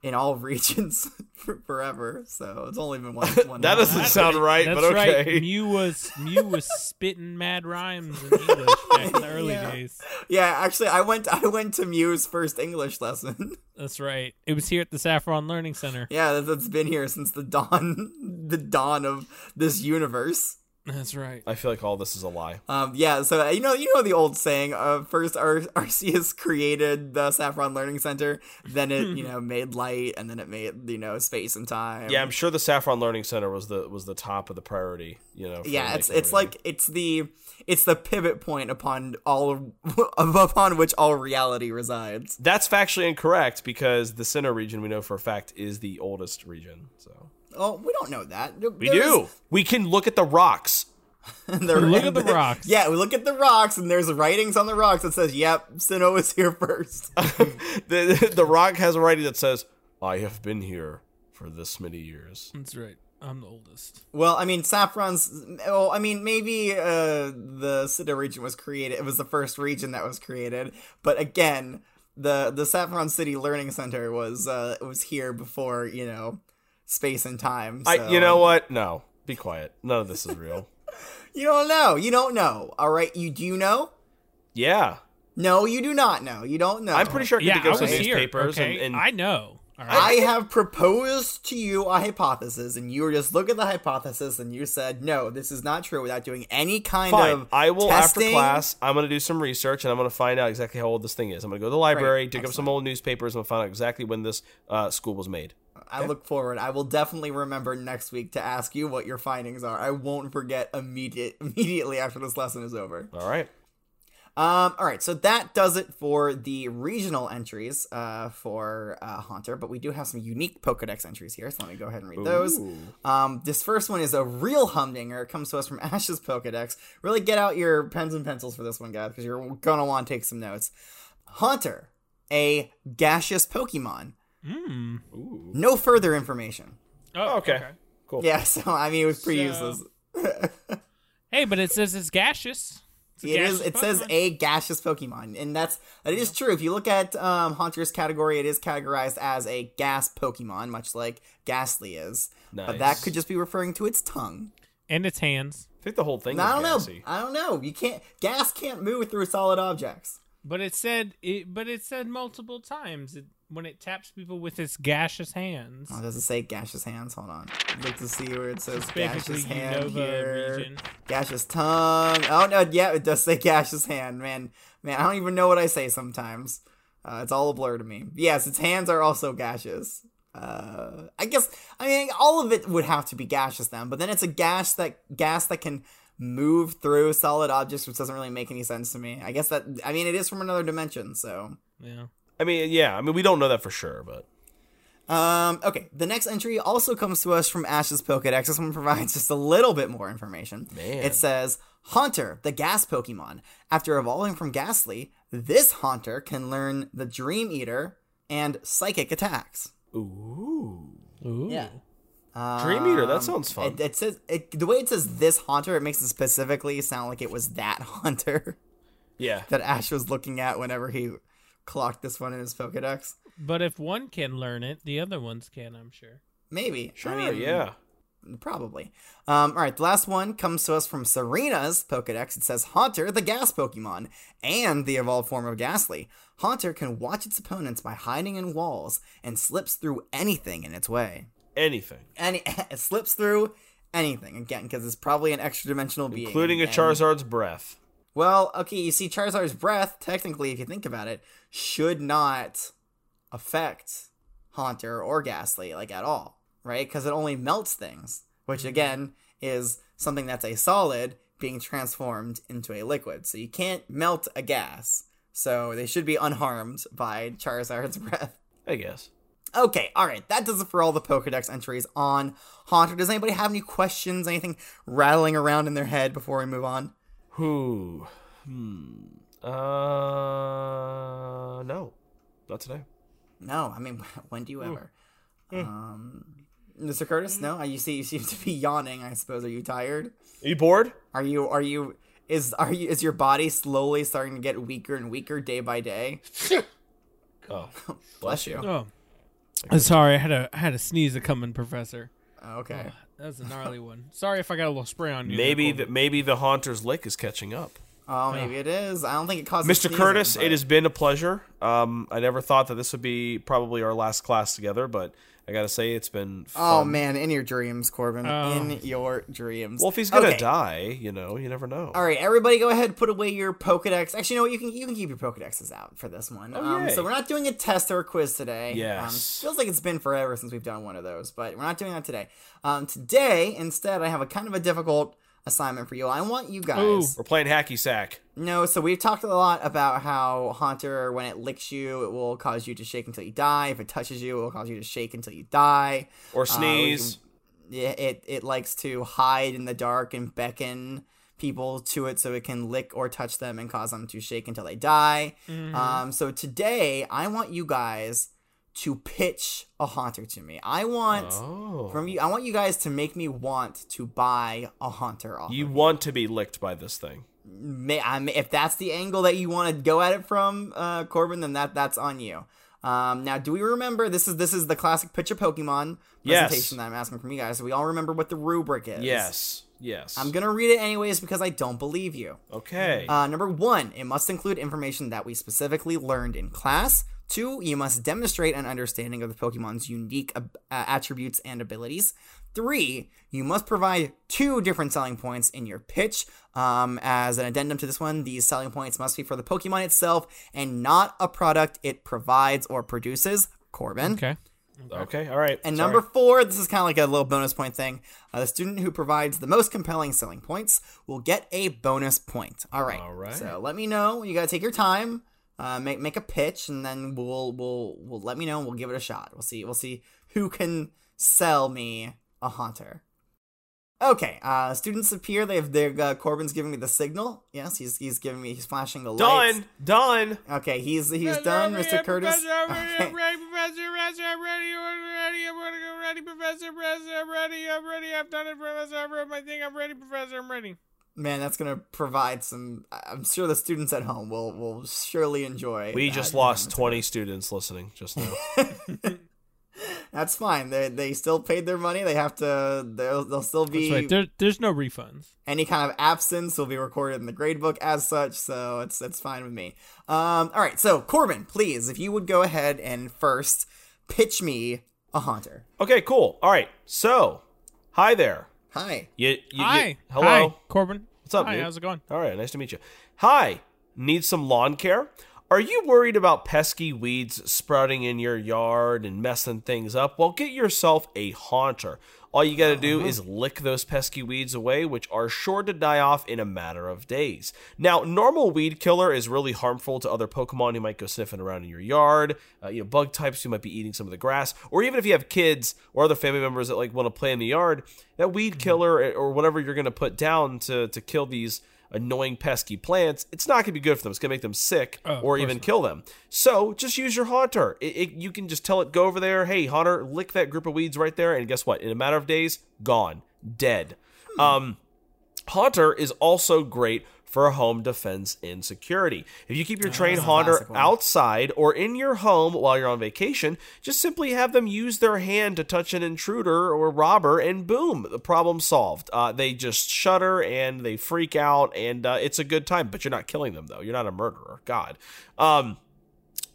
A: in all regions for forever, so it's only been one. one
C: That doesn't
A: language.
C: sound right,
B: That's
C: but okay.
B: right. Mew was Mew was spitting mad rhymes in English back in the early
A: Yeah.
B: days.
A: Yeah, actually, I went I went to Mew's first English lesson.
B: That's right. It was here at the Saffron Learning Center.
A: yeah, that- that's been here since the dawn the dawn of this universe.
B: That's right.
C: I feel like all this is a lie.
A: Um, yeah, so uh, you know, you know the old saying: uh, first, Ar- Arceus created the Saffron Learning Center, then it, you know, made light, and then it made, you know, space and time.
C: Yeah, I'm sure the Saffron Learning Center was the was the top of the priority. You know. for
A: yeah. It's
C: making
A: it's
C: everything.
A: like it's the it's the pivot point upon all upon which all reality resides.
C: that's factually incorrect because the center region we know for a fact is the oldest region. So
A: Oh, we don't know that.
C: we do. We can look at the rocks.
B: Look at the rocks.
A: Yeah, we look at the rocks, and there's writings on the rocks that says, "Yep, Sinnoh was here first.
C: the, the rock has a writing that says, "I have been here for this many years."
B: That's right. I'm the oldest.
A: Well, I mean, Saffron's. Well, I mean, maybe uh, the Sinnoh region was created. It was the first region that was created, but again, the the Saffron City Learning Center was uh, was here before you know space and time.
C: I,
A: so-
C: you know what? No, be quiet. None of this is real.
A: you don't know. You don't know. All right, you do know.
C: yeah,
A: No, you do not know. You don't know.
C: I'm pretty sure I can
B: Yeah,
C: think
B: I
C: of
B: was
C: some
B: here.
C: newspapers
B: okay,
C: and, and
B: I know. All right.
A: I have proposed to you a hypothesis, and you were just look at the hypothesis, and you said no, this is not true, without doing any kind
C: fine.
A: of
C: I will
A: testing.
C: after class. I'm gonna do some research and I'm gonna find out exactly how old this thing is. I'm gonna go to the library, dig up some old newspapers, and find out exactly when this uh, school was made.
A: I look forward. I will definitely remember next week to ask you what your findings are. I won't forget immediate immediately after this lesson is over.
C: All right.
A: Um, all right, so that does it for the regional entries uh, for uh, Haunter, but we do have some unique Pokedex entries here, so let me go ahead and read those. Um, this first one is a real humdinger. It comes to us from Ash's Pokedex. Really get out your pens and pencils for this one, guys, because you're going to want to take some notes. Haunter, a gaseous Pokemon.
B: Mm.
A: No further information.
B: Oh,
C: okay. Cool.
A: Yeah, so I mean, it was pretty
B: So-
A: useless.
B: Hey, but it says it's gaseous. It's a
A: It is.
B: gaseous
A: It says
B: Pokemon.
A: a gaseous Pokemon, and that's that is true. If you look at um, Haunter's category, it is categorized as a gas Pokemon, much like Ghastly is. But that
C: Nice.
A: could just be referring to its tongue.
B: and its hands,
C: I think the whole thing.
A: And
C: was
A: I don't know.
C: gassy.
A: I don't know. You can't. Gas can't move through solid objects.
B: but it said it. But it said multiple times it, when it taps people with its gaseous hands.
A: Oh, does it say gaseous hands? Hold on. Look to see where it says
B: Basically,
A: gaseous hand
B: Unova
A: here.
B: region.
A: Gaseous tongue. Oh no, yeah, it does say gaseous hand. Man, man, I don't even know what I say sometimes. Uh, it's all a blur to me. Yes, its hands are also gaseous. Uh, I guess I mean all of it would have to be gaseous then, but then it's a gas that gas that can move through solid objects, which doesn't really make any sense to me. I guess that I mean it is from another dimension, so
B: Yeah.
C: I mean, yeah. I mean, we don't know that for sure, but
A: Um, okay, the next entry also comes to us from Ash's Pokedex. This one provides just a little bit more information.
C: Man.
A: It says, Haunter, the gas Pokemon. After evolving from Ghastly, this Haunter can learn the Dream Eater and Psychic attacks.
C: ooh,
B: Ooh.
A: Yeah.
C: Dream Eater.
A: Um,
C: That sounds fun.
A: It, it says it, the way it says this Haunter, it makes it specifically sound like it was that Haunter
C: yeah.
A: that Ash was looking at whenever he clocked this one in his Pokedex.
B: But if one can learn it, the other ones can. I'm sure.
A: Maybe. I
C: Sure.
A: mean,
C: yeah.
A: Probably. Um, all right, the last one comes to us from Serena's Pokedex. It says Haunter, the gas Pokemon, and the evolved form of Ghastly. Haunter can watch its opponents by hiding in walls and slips through anything in its way.
C: Anything,
A: Any, it slips through anything, again, because it's probably an extra dimensional being.
C: including a
A: and-
C: Charizard's breath.
A: Well, okay, you see, Charizard's breath, technically, if you think about it, should not affect Haunter or Ghastly, like at all, right? Because it only melts things, which again is something that's a solid being transformed into a liquid. So you can't melt a gas. So they should be unharmed by Charizard's breath.
C: I guess.
A: Okay, all right, that does it for all the Pokedex entries on Haunter. Does anybody have any questions, anything rattling around in their head before we move on?
C: Who? Hmm. Uh, no, not today.
A: Hmm. No, I mean, when do you ever? Um, Mr. Curtis, no, you see, you seem to be yawning. I suppose. Are you tired?
C: Are you bored?
A: Are you? Are you? Is are you? Is your body slowly starting to get weaker and weaker day by day?
C: Oh,
A: Bless you.
B: Oh, I'm sorry, I had a I had a sneeze a coming, Professor.
A: Okay.
B: That was a gnarly one. Sorry if I got a little spray on you. there,
C: maybe
B: Corbin.
C: the, maybe the Haunter's lick is catching up.
A: Oh, maybe it is. I don't think it causes.
C: Mr.
A: sneezing,
C: Curtis,
A: but-
C: it has been a pleasure. Um, I never thought that this would be probably our last class together, but I gotta say it's been. Fun.
A: Oh man, in your dreams, Corbin.
B: Oh.
A: In your dreams.
C: Well, if he's gonna
A: Okay.
C: die, you know, you never know.
A: All right, everybody, go ahead. Put away your Pokedex. Actually, you know what? You can you can keep your Pokedexes out for this one. um,
C: Oh, yay.
A: so we're not doing a test or a quiz today. Um,
C: Yes.
A: feels like it's been forever since we've done one of those, but we're not doing that today. Um, today, instead, I have a kind of a difficult assignment for you. I want you guys.
B: Ooh.
C: We're playing hacky sack.
A: No, so we've talked a lot about how Haunter, when it licks you, it will cause you to shake until you die. If it touches you, it will cause you to shake until you die.
C: Or sneeze.
A: it it, it likes to hide in the dark and beckon people to it so it can lick or touch them and cause them to shake until they die.
C: Mm-hmm.
A: Um, so today I want you guys to pitch a haunter to me. I want
C: oh.
A: from you I want you guys to make me want to buy a haunter off.
C: you
A: of
C: want to be licked by this thing.
A: may, I may, if that's the angle that you want to go at it from, uh, Corbin, then that that's on you. Um, now, do we remember this is this is the classic pitch of Pokemon
C: Yes.
A: presentation that I'm asking from you guys? So we all remember what the rubric is.
C: Yes. Yes.
A: I'm gonna read it anyways because I don't believe you.
C: okay.
A: Uh, number one, it must include information that we specifically learned in class. Two, you must demonstrate an understanding of the Pokemon's unique ab- uh, attributes and abilities. Three, you must provide two different selling points in your pitch. Um, as an addendum to this one, these selling points must be for the Pokemon itself and not a product it provides or produces. Corbin.
B: okay.
C: okay. All right.
A: And
C: Sorry.
A: number four, this is kind of like a little bonus point thing. Uh, the student who provides the most compelling selling points will get a bonus point. All right.
C: All right.
A: So let me know. You gotta take your time. Uh, make make a pitch, and then we'll we'll we'll let me know. and We'll give it a shot. We'll see. We'll see who can sell me a haunter. Okay. Uh, students appear. They've they're uh, Corbin's giving me the signal. Yes, he's he's giving me. He's flashing the lights.
C: Done. Done.
A: Okay. He's he's done, Mr. Curtis. Okay. Man, that's gonna provide some. I- I'm sure the students at home will will surely enjoy.
C: We
A: that
C: just lost
A: moment.
C: 20 students listening just now.
A: That's fine. They they still paid their money. They have to. They'll they'll still
B: That's
A: be
B: right. There, there's no refunds.
A: any kind of absence will be recorded in the gradebook as such. So it's it's fine with me. Um. All right. So Corbin, please, if you would go ahead and first pitch me a haunter.
C: okay, cool. All right. So, hi there.
A: Hi.
C: You, you- you-
B: Hi.
C: hello.
B: Hi, Corbin.
C: What's up,
B: Hi,
C: dude?
B: how's it going?
C: All right, nice to meet you. Hi, need some lawn care? Are you worried about pesky weeds sprouting in your yard and messing things up? Well, get yourself a haunter. All you got to do is lick those pesky weeds away, which are sure to die off in a matter of days. Now, normal weed killer is really harmful to other Pokemon who might go sniffing around in your yard, uh, you know, bug types who might be eating some of the grass, or even if you have kids or other family members that like want to play in the yard, that weed killer eh, or- or whatever you're going to put down to to kill these annoying pesky plants, it's not going to be good for them. It's going to make them sick
B: Oh, of
C: or
B: course
C: even kill them. So just use your haunter. It, it, you can just tell it, go over there, hey, haunter, lick that group of weeds right there. And guess what? In a matter of days, gone, dead. Um, Haunter is also great for home defense and security. If you keep your trained
A: Oh, that's a
C: Haunter
A: classic one.
C: outside or in your home while you're on vacation, just simply have them use their hand to touch an intruder or robber, and boom, the problem solved. Uh, they just shudder and they freak out, and uh, it's a good time. But you're not killing them though. You're not a murderer. God. Um,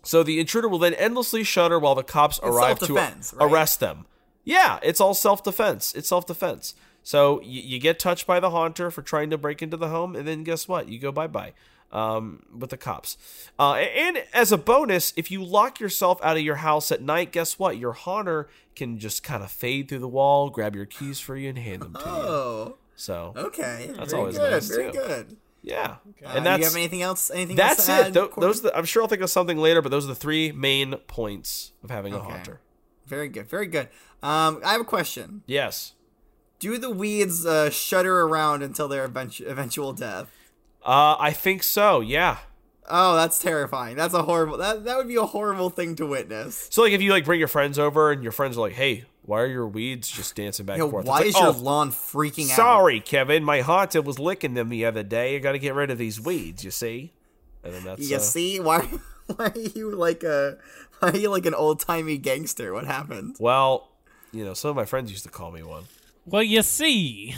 C: so the intruder will then endlessly shudder while the cops arrive to
A: self-defense, right?
C: arrest them. Yeah, it's all self defense. It's self defense. So y- you get touched by the haunter for trying to break into the home, and then guess what? You go bye bye um, with the cops. Uh, a- and as a bonus, if you lock yourself out of your house at night, guess what? Your haunter can just kind of fade through the wall, grab your keys for you, and hand them to you.
A: Oh.
C: So
A: Okay.
C: That's
A: very
C: always
A: good.
C: nice,
A: very
C: too.
A: good.
C: yeah,
A: Uh,
C: and
A: do you
C: that's
A: have anything else? Anything
C: that's
A: else to
C: it.
A: add,
C: Tho-
A: Corbin?
C: those I'm sure I'll think of something later, but those are the three main points of having a haunter.
A: Very good, very good. Um, I have a question.
C: Yes.
A: Do the weeds uh, shudder around until their eventu- eventual death?
C: Uh, I think so. Yeah.
A: Oh, that's terrifying. That's a horrible. That that would be a horrible thing to witness.
C: So like, if you like bring your friends over and your friends are like, "Hey, Why are your weeds just dancing back
A: You know,
C: and forth?
A: why is
C: It's like,
A: your
C: "Oh,
A: lawn freaking out?
C: Sorry, Kevin. My haunted was licking them the other day. I got to get rid of these weeds. You see? And then that's
A: You
C: uh,
A: see, why, why are you like a, why are you like an old timey gangster? What happened?
C: well, you know, some of my friends used to call me one.
B: Well, you see,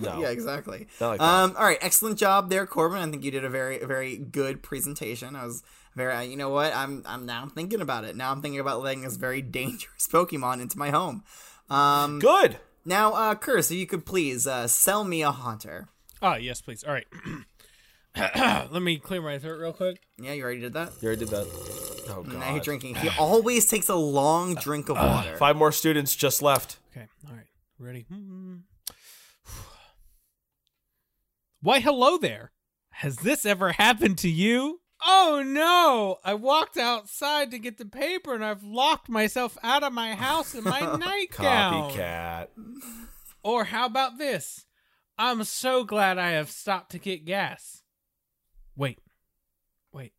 C: No,
A: Yeah, exactly.
C: Not like that.
A: um, all right, excellent job there, Corbin. I think you did a very, very good presentation. I was very, uh, you know what? I'm, I'm now I'm thinking about it. Now I'm thinking about letting this very dangerous Pokemon into my home. Um,
C: good.
A: now, uh, Curse, if you could please uh, sell me a Haunter.
B: oh yes, please. All right, let me clear my throat real quick.
A: Yeah, you already did that.
C: You already did that. Oh god.
A: Now he's drinking. He always takes a long drink of water.
C: Five more students just left.
B: Okay, all right, ready. Hmm. Why, hello there. Has this ever happened to you? Oh no! I walked outside to get the paper and I've locked myself out of my house in my nightgown.
C: Copycat.
B: Or how about this? I'm so glad I have stopped to get gas. Wait. Wait.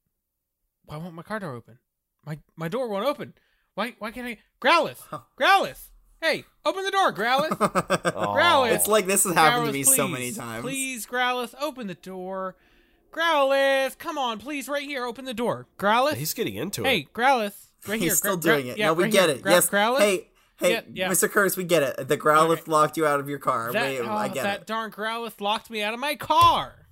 B: Why won't my car door open? My my door won't open. Why why can't I Growlithe? Growlithe! Hey, open the door, Growlithe! Growl
C: Oh.
A: It's like this has happened to
B: Growlithe,
A: me so many
B: please.
A: times.
B: Please, Growlithe, open the door. Growlithe, come on, please, right here, open the door. Growlithe?
C: He's getting into it.
B: hey, Growlithe, right here.
A: He's still
B: Grow- Grow-
A: doing it.
B: yeah,
A: no, we
B: right
A: get
B: here.
A: it.
B: Grow-
A: yes.
B: Growlithe?
A: Hey, hey,
B: Yeah, yeah.
A: Mr. Curse, we get it. The Growlithe
B: Alright.
A: locked you out of your car.
B: That,
A: we,
B: oh,
A: I get
B: that
A: it.
B: darn Growlithe locked me out of my car.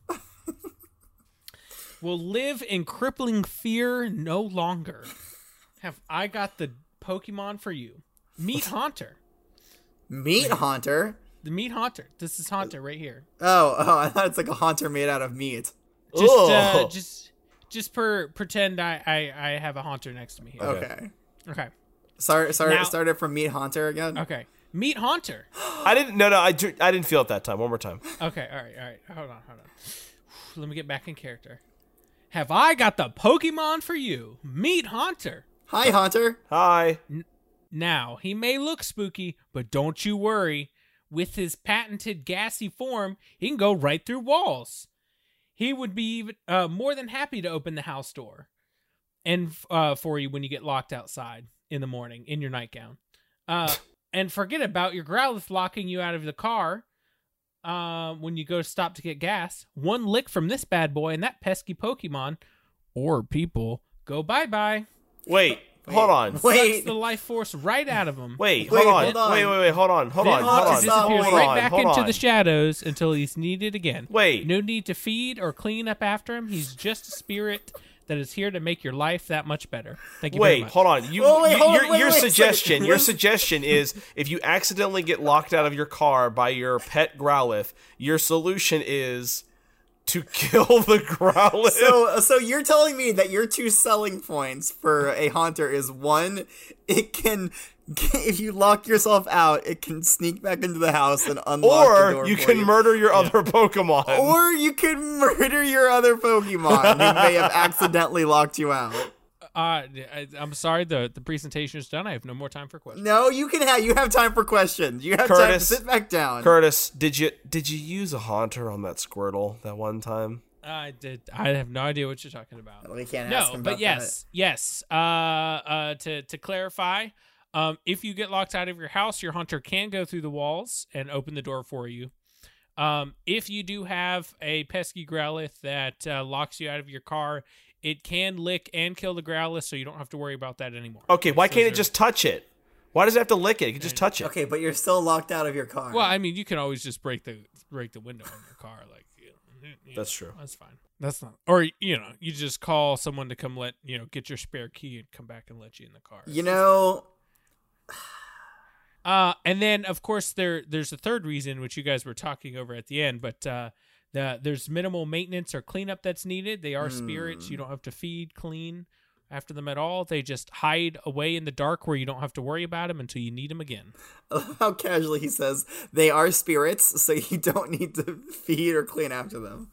B: Will live in crippling fear no longer. Have I got the Pokemon for you? Meet Haunter.
A: Meat Haunter.
B: The Meet Haunter. This is Haunter right here.
A: Oh, oh, I thought it's like a haunter made out of meat.
B: Just, uh,
C: Ugh.
B: just, just per pretend I, I, I have a Haunter next to me here.
A: Okay.
C: Okay.
B: Okay.
A: Sorry, sorry.
B: Now-
A: started from meat haunter again.
B: Okay. Meet Haunter.
C: I didn't. No, no. I, dr- I didn't feel it that time. One more time.
B: Okay, all right, all right. Hold on, hold on. Let me get back in character. Have I got the Pokemon for you? Meet Haunter.
A: Hi, haunter.
C: Hi.
B: Now, he may look spooky, but don't you worry. With his patented gassy form, he can go right through walls. He would be even, uh, more than happy to open the house door and uh, for you when you get locked outside in the morning in your nightgown. Uh, and forget about your Growlithe locking you out of the car uh, when you go to stop to get gas. One lick from this bad boy and that pesky Pokemon or people go bye bye.
C: Wait. Hold on.
A: Wait.
B: The life force right out of him.
C: Wait,
A: Wait,
C: hold on.
A: hold on.
C: Wait, wait, wait, hold on, hold
B: Then
C: on,
B: Hawk
C: hold on.
A: Hawkins
B: disappears
A: hold
B: right
A: on,
B: back
C: hold
B: into
C: on.
B: the shadows until he's needed again.
C: Wait.
B: No need to feed or clean up after him. He's just a spirit that is here to make your life that much better. Thank you very
C: Wait,
B: much.
C: hold on. You,
A: Well, wait,
C: you-
A: hold on,
C: your,
A: wait,
C: your
A: wait,
C: suggestion,
A: wait.
C: your suggestion is if you accidentally get locked out of your car by your pet Growlithe, your solution is to kill the Growlithe.
A: So, so you're telling me that your two selling points for a haunter is one, it can, if you lock yourself out, it can sneak back into the house and unlock the
C: or
A: door
C: you
A: for
C: can murder your other Pokemon.
A: or you could murder your other Pokemon who may have accidentally locked you out.
B: Uh, I, I'm sorry. The, the presentation is done. I have no more time for questions.
A: No, you can have you have time for questions. You have time to
C: Curtis.
A: sit back down.
C: Curtis, did you did you use a haunter on that Squirtle that one time?
B: I did. I have no idea what you're talking about.
A: we can't ask
B: No,
A: him
B: but
A: about
B: yes, yes. Uh, uh, to to clarify, um, if you get locked out of your house, your hunter can go through the walls and open the door for you. Um, if you do have a pesky growlithe that uh, locks you out of your car, it can lick and kill the growlithe, so you don't have to worry about that anymore.
C: Okay, why can't it
B: are-
C: just touch it? Why does it have to lick it? It can just touch
A: that.
C: it.
A: Okay, but you're still locked out of your car.
B: Well, I mean, you can always just break the break the window on your car, like. You know, you
C: That's true.
B: know, That's fine. That's not, or you know, you just call someone to come let you know get your spare key and come back and let you in the car.
A: you know,
B: Uh, and then of course there there's a third reason which you guys were talking over at the end, but uh, the, there's minimal maintenance or cleanup that's needed. They are spirits;
A: Hmm.
B: you don't have to feed, clean after them at all. They just hide away in the dark where you don't have to worry about them until you need them again.
A: I love how casually he says they are spirits, so you don't need to feed or clean after them.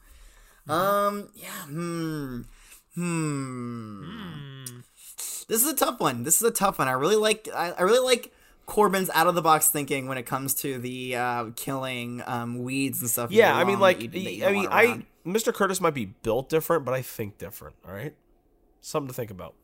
C: Mm-hmm.
A: Um, yeah, hmm. Hmm. This is a tough one. This is a tough one. I really like. I, I really like Corbin's out of the box thinking when it comes to the uh, killing um, weeds and stuff. in
C: Yeah,
A: your
C: I mean,
A: lawn
C: like,
A: that you- that you
C: I
A: don't
C: mean,
A: want
C: I
A: around.
C: Mr. Curtis might be built different, but I think different. All right, something to think about.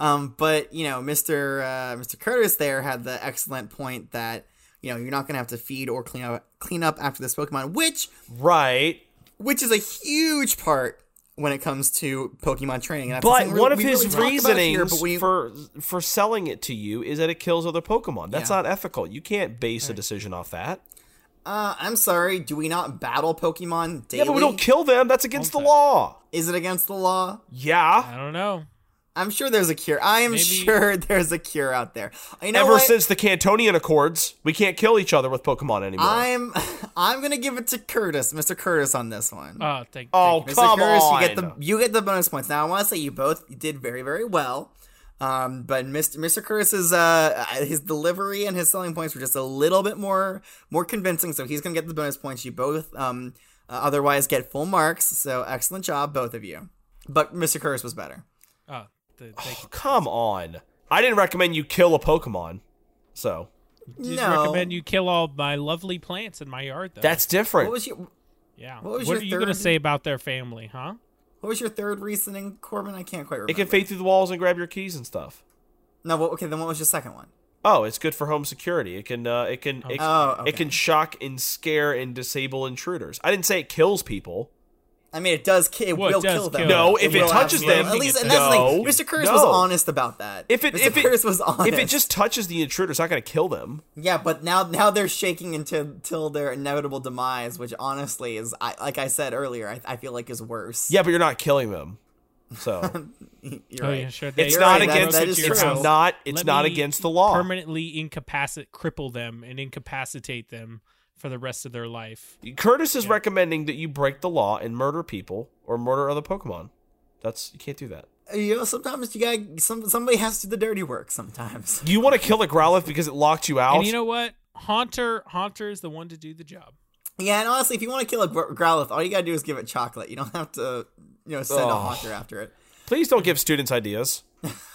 A: Um, but you know, Mister uh, Mister Curtis there had the excellent point that you know you're not gonna have to feed or clean up clean up after this Pokemon, which
C: Right.
A: which is a huge part when it comes to Pokemon training. And that's
C: But
A: something we-
C: one of
A: we
C: his
A: really talk about
C: reasonings
A: here, but we-
C: for for selling it to you is that it kills other Pokemon. That's not ethical. You can't base a decision off that.
A: uh, I'm sorry, do we not battle Pokemon daily?
C: Yeah, but we don't kill them. That's against the law.
A: is it against the law?
C: Yeah.
B: I don't know.
A: I'm sure there's a cure. I am
B: Maybe-
A: sure there's a cure out there. You know
C: Ever
A: what?
C: since the Cantonian Accords, we can't kill each other with Pokemon anymore.
A: I'm I'm gonna give it to Curtis, Mr. Curtis, on this one.
B: Oh, thank.
C: oh,
A: Mr.
C: come
A: Curtis,
C: on.
A: you get the you get the bonus points. Now I want to say you both did very very well. Um, but Mr. Mr. Curtis's uh his delivery and his selling points were just a little bit more more convincing, so he's gonna get the bonus points. You both um uh, otherwise get full marks. So excellent job, both of you. But Mr. Curtis was better.
B: Oh, th- thank you.
C: Come on. I didn't recommend you kill a Pokemon. So
B: Did
A: Oh, no.
B: recommend you kill all my lovely plants in my yard, though.
C: that's different.
A: What was your
B: yeah.
A: what was
B: what
A: your
B: are you gonna
A: third-
B: say about their family, huh?
A: What was your third reasoning, Corbin? I can't quite remember.
C: it can fade through the walls and grab your keys and stuff.
A: no, well, okay. Then what was your second one?
C: Oh, it's good for home security. It can uh, it can it,
A: Oh, okay.
C: it can shock and scare and disable intruders. I didn't say it kills people.
A: I mean, it does. ki- It
B: Well, it
A: will
B: does
A: kill them.
B: kill them.
C: No, if it
A: will
C: touches
A: absolutely-
C: them,
A: at least,
B: it
A: and that's the thing.
C: does.
A: Mr. Curtis
C: No.
A: was honest about that.
C: If it
A: Mr.
C: if it
A: Curtis was honest,
C: if it just touches the intruder, it's not going to kill them.
A: yeah, but now now they're shaking until till their inevitable demise, which honestly is, I, like I said earlier, I, I feel like is worse.
C: Yeah, but you're not killing them. So
A: You're
B: Oh
A: right.
B: yeah, sure.
C: it's
A: You're
C: not
A: right, that-
C: against
A: that
C: it's
A: is
B: true.
C: not it's
B: Let
C: not
B: me
C: against the law.
B: Permanently incapacitate, cripple them, and incapacitate them for the rest of their life.
C: Curtis is recommending that you break the law and murder people or murder other Pokemon. That's you can't do that.
A: You know, sometimes you got some somebody has to do the dirty work. Sometimes.
C: You want to kill a Growlithe because it locked you out.
B: And you know what? Haunter, Haunter is the one to do the job.
A: Yeah, and honestly, if you want to kill a Gr- Growlithe, all you gotta do is give it chocolate. You don't have to, you know, send a
C: Oh.
A: hawker after it.
C: Please don't give students ideas.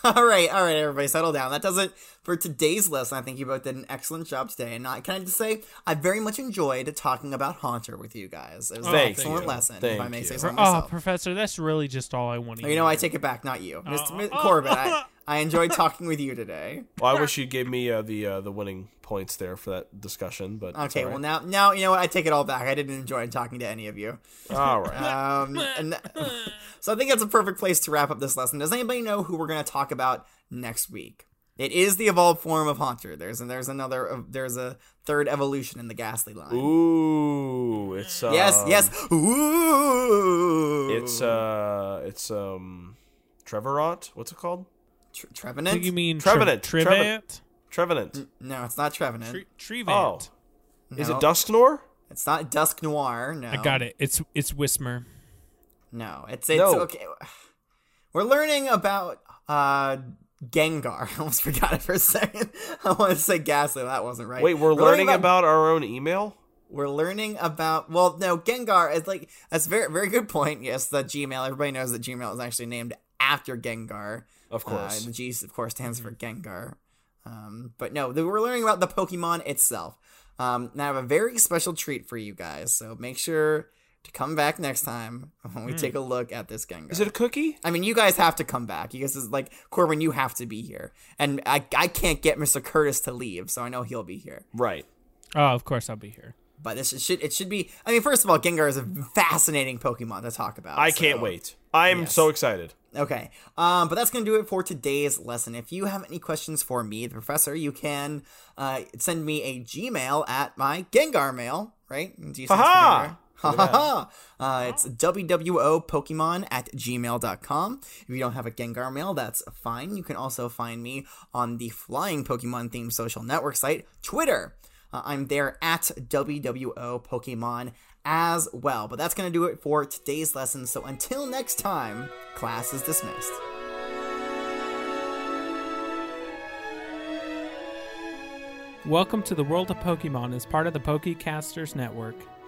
A: All right, all right, everybody, settle down. That does it for today's lesson. I think you both did an excellent job today. And I, can I just say, I very much enjoyed talking about Haunter with you guys. It was an
C: Oh, Thank
A: excellent
C: you.
A: lesson, if
C: Thank
A: I may
C: you.
A: say so
B: Oh,
A: myself.
B: Professor, that's really just all I want to.
A: Oh, you know, I take it back, not you, Mr.
C: Uh-huh.
B: Oh.
A: Mi- Corbin. I, I enjoyed talking with you today.
C: Well, I wish you gave me uh, the uh, the winning points there for that discussion, but it's
A: Okay,
C: all
A: well
C: right.
A: now, now you know what? I take it all back. I didn't enjoy talking to any of you.
C: all right.
A: Um, and so I think that's a perfect place to wrap up this lesson. Does anybody know who we're going to talk about next week? It is the evolved form of Haunter. There's and there's another uh, there's a third evolution in the Ghastly line.
C: Ooh, it's um,
A: Yes, yes. Ooh.
C: It's uh, it's um, Trevorant. What's it called?
A: Tre-
B: I
A: Trevenant.
B: think you mean
C: Trevenant,
B: Tre- Trevant?
C: Trevenant. Trevenant.
A: no, it's not Mm, Trevenant.
B: Tre-
C: Oh,
B: Trevant.
C: is
A: No.
C: it Dusknor?
A: It's not Dusk Noir. No,
B: I got it. It's it's Whismer.
A: No, it's it's
C: No.
A: okay. We're learning about uh Gengar. I almost forgot it for a second. I wanted to say Ghastly. That wasn't right.
C: Wait, we're, learning about our own email.
A: we're learning about well no gengar is like that's very very good point yes the gmail everybody knows that gmail is actually named after gengar
C: Of course.
A: uh, the g of course stands for gengar um, but no the, we're learning about the pokemon itself um, and i have a very special treat for you guys so make sure to come back next time
C: Hmm.
A: when we take a look at this gengar
C: Is it a cookie?
A: I mean, you guys have to come back. You guys is like Corbin. You have to be here, and I, I can't get Mr. Curtis to leave, so I know he'll be here.
C: Right.
B: Oh, of course I'll be here.
A: But this should it should be. I mean, first of all, Gengar is a fascinating Pokemon to talk about.
C: I
A: so-
C: can't wait. I am so excited.
A: Okay, um, but that's gonna do it for today's lesson. If you have any questions for me, the professor, you can uh, send me a Gmail at my Gengar mail. Right? Do you
C: Ha-ha!
A: Ha ha ha! Uh, It's wwopokemon at gmail.com. If you don't have a Gengar mail, that's fine. You can also find me on the flying Pokemon themed social network site, Twitter. Uh, I'm there at WWO Pokemon as well. But that's going to do it for today's lesson. So until next time, class is dismissed.
B: Welcome to the world of Pokemon as part of the Pokecasters Network.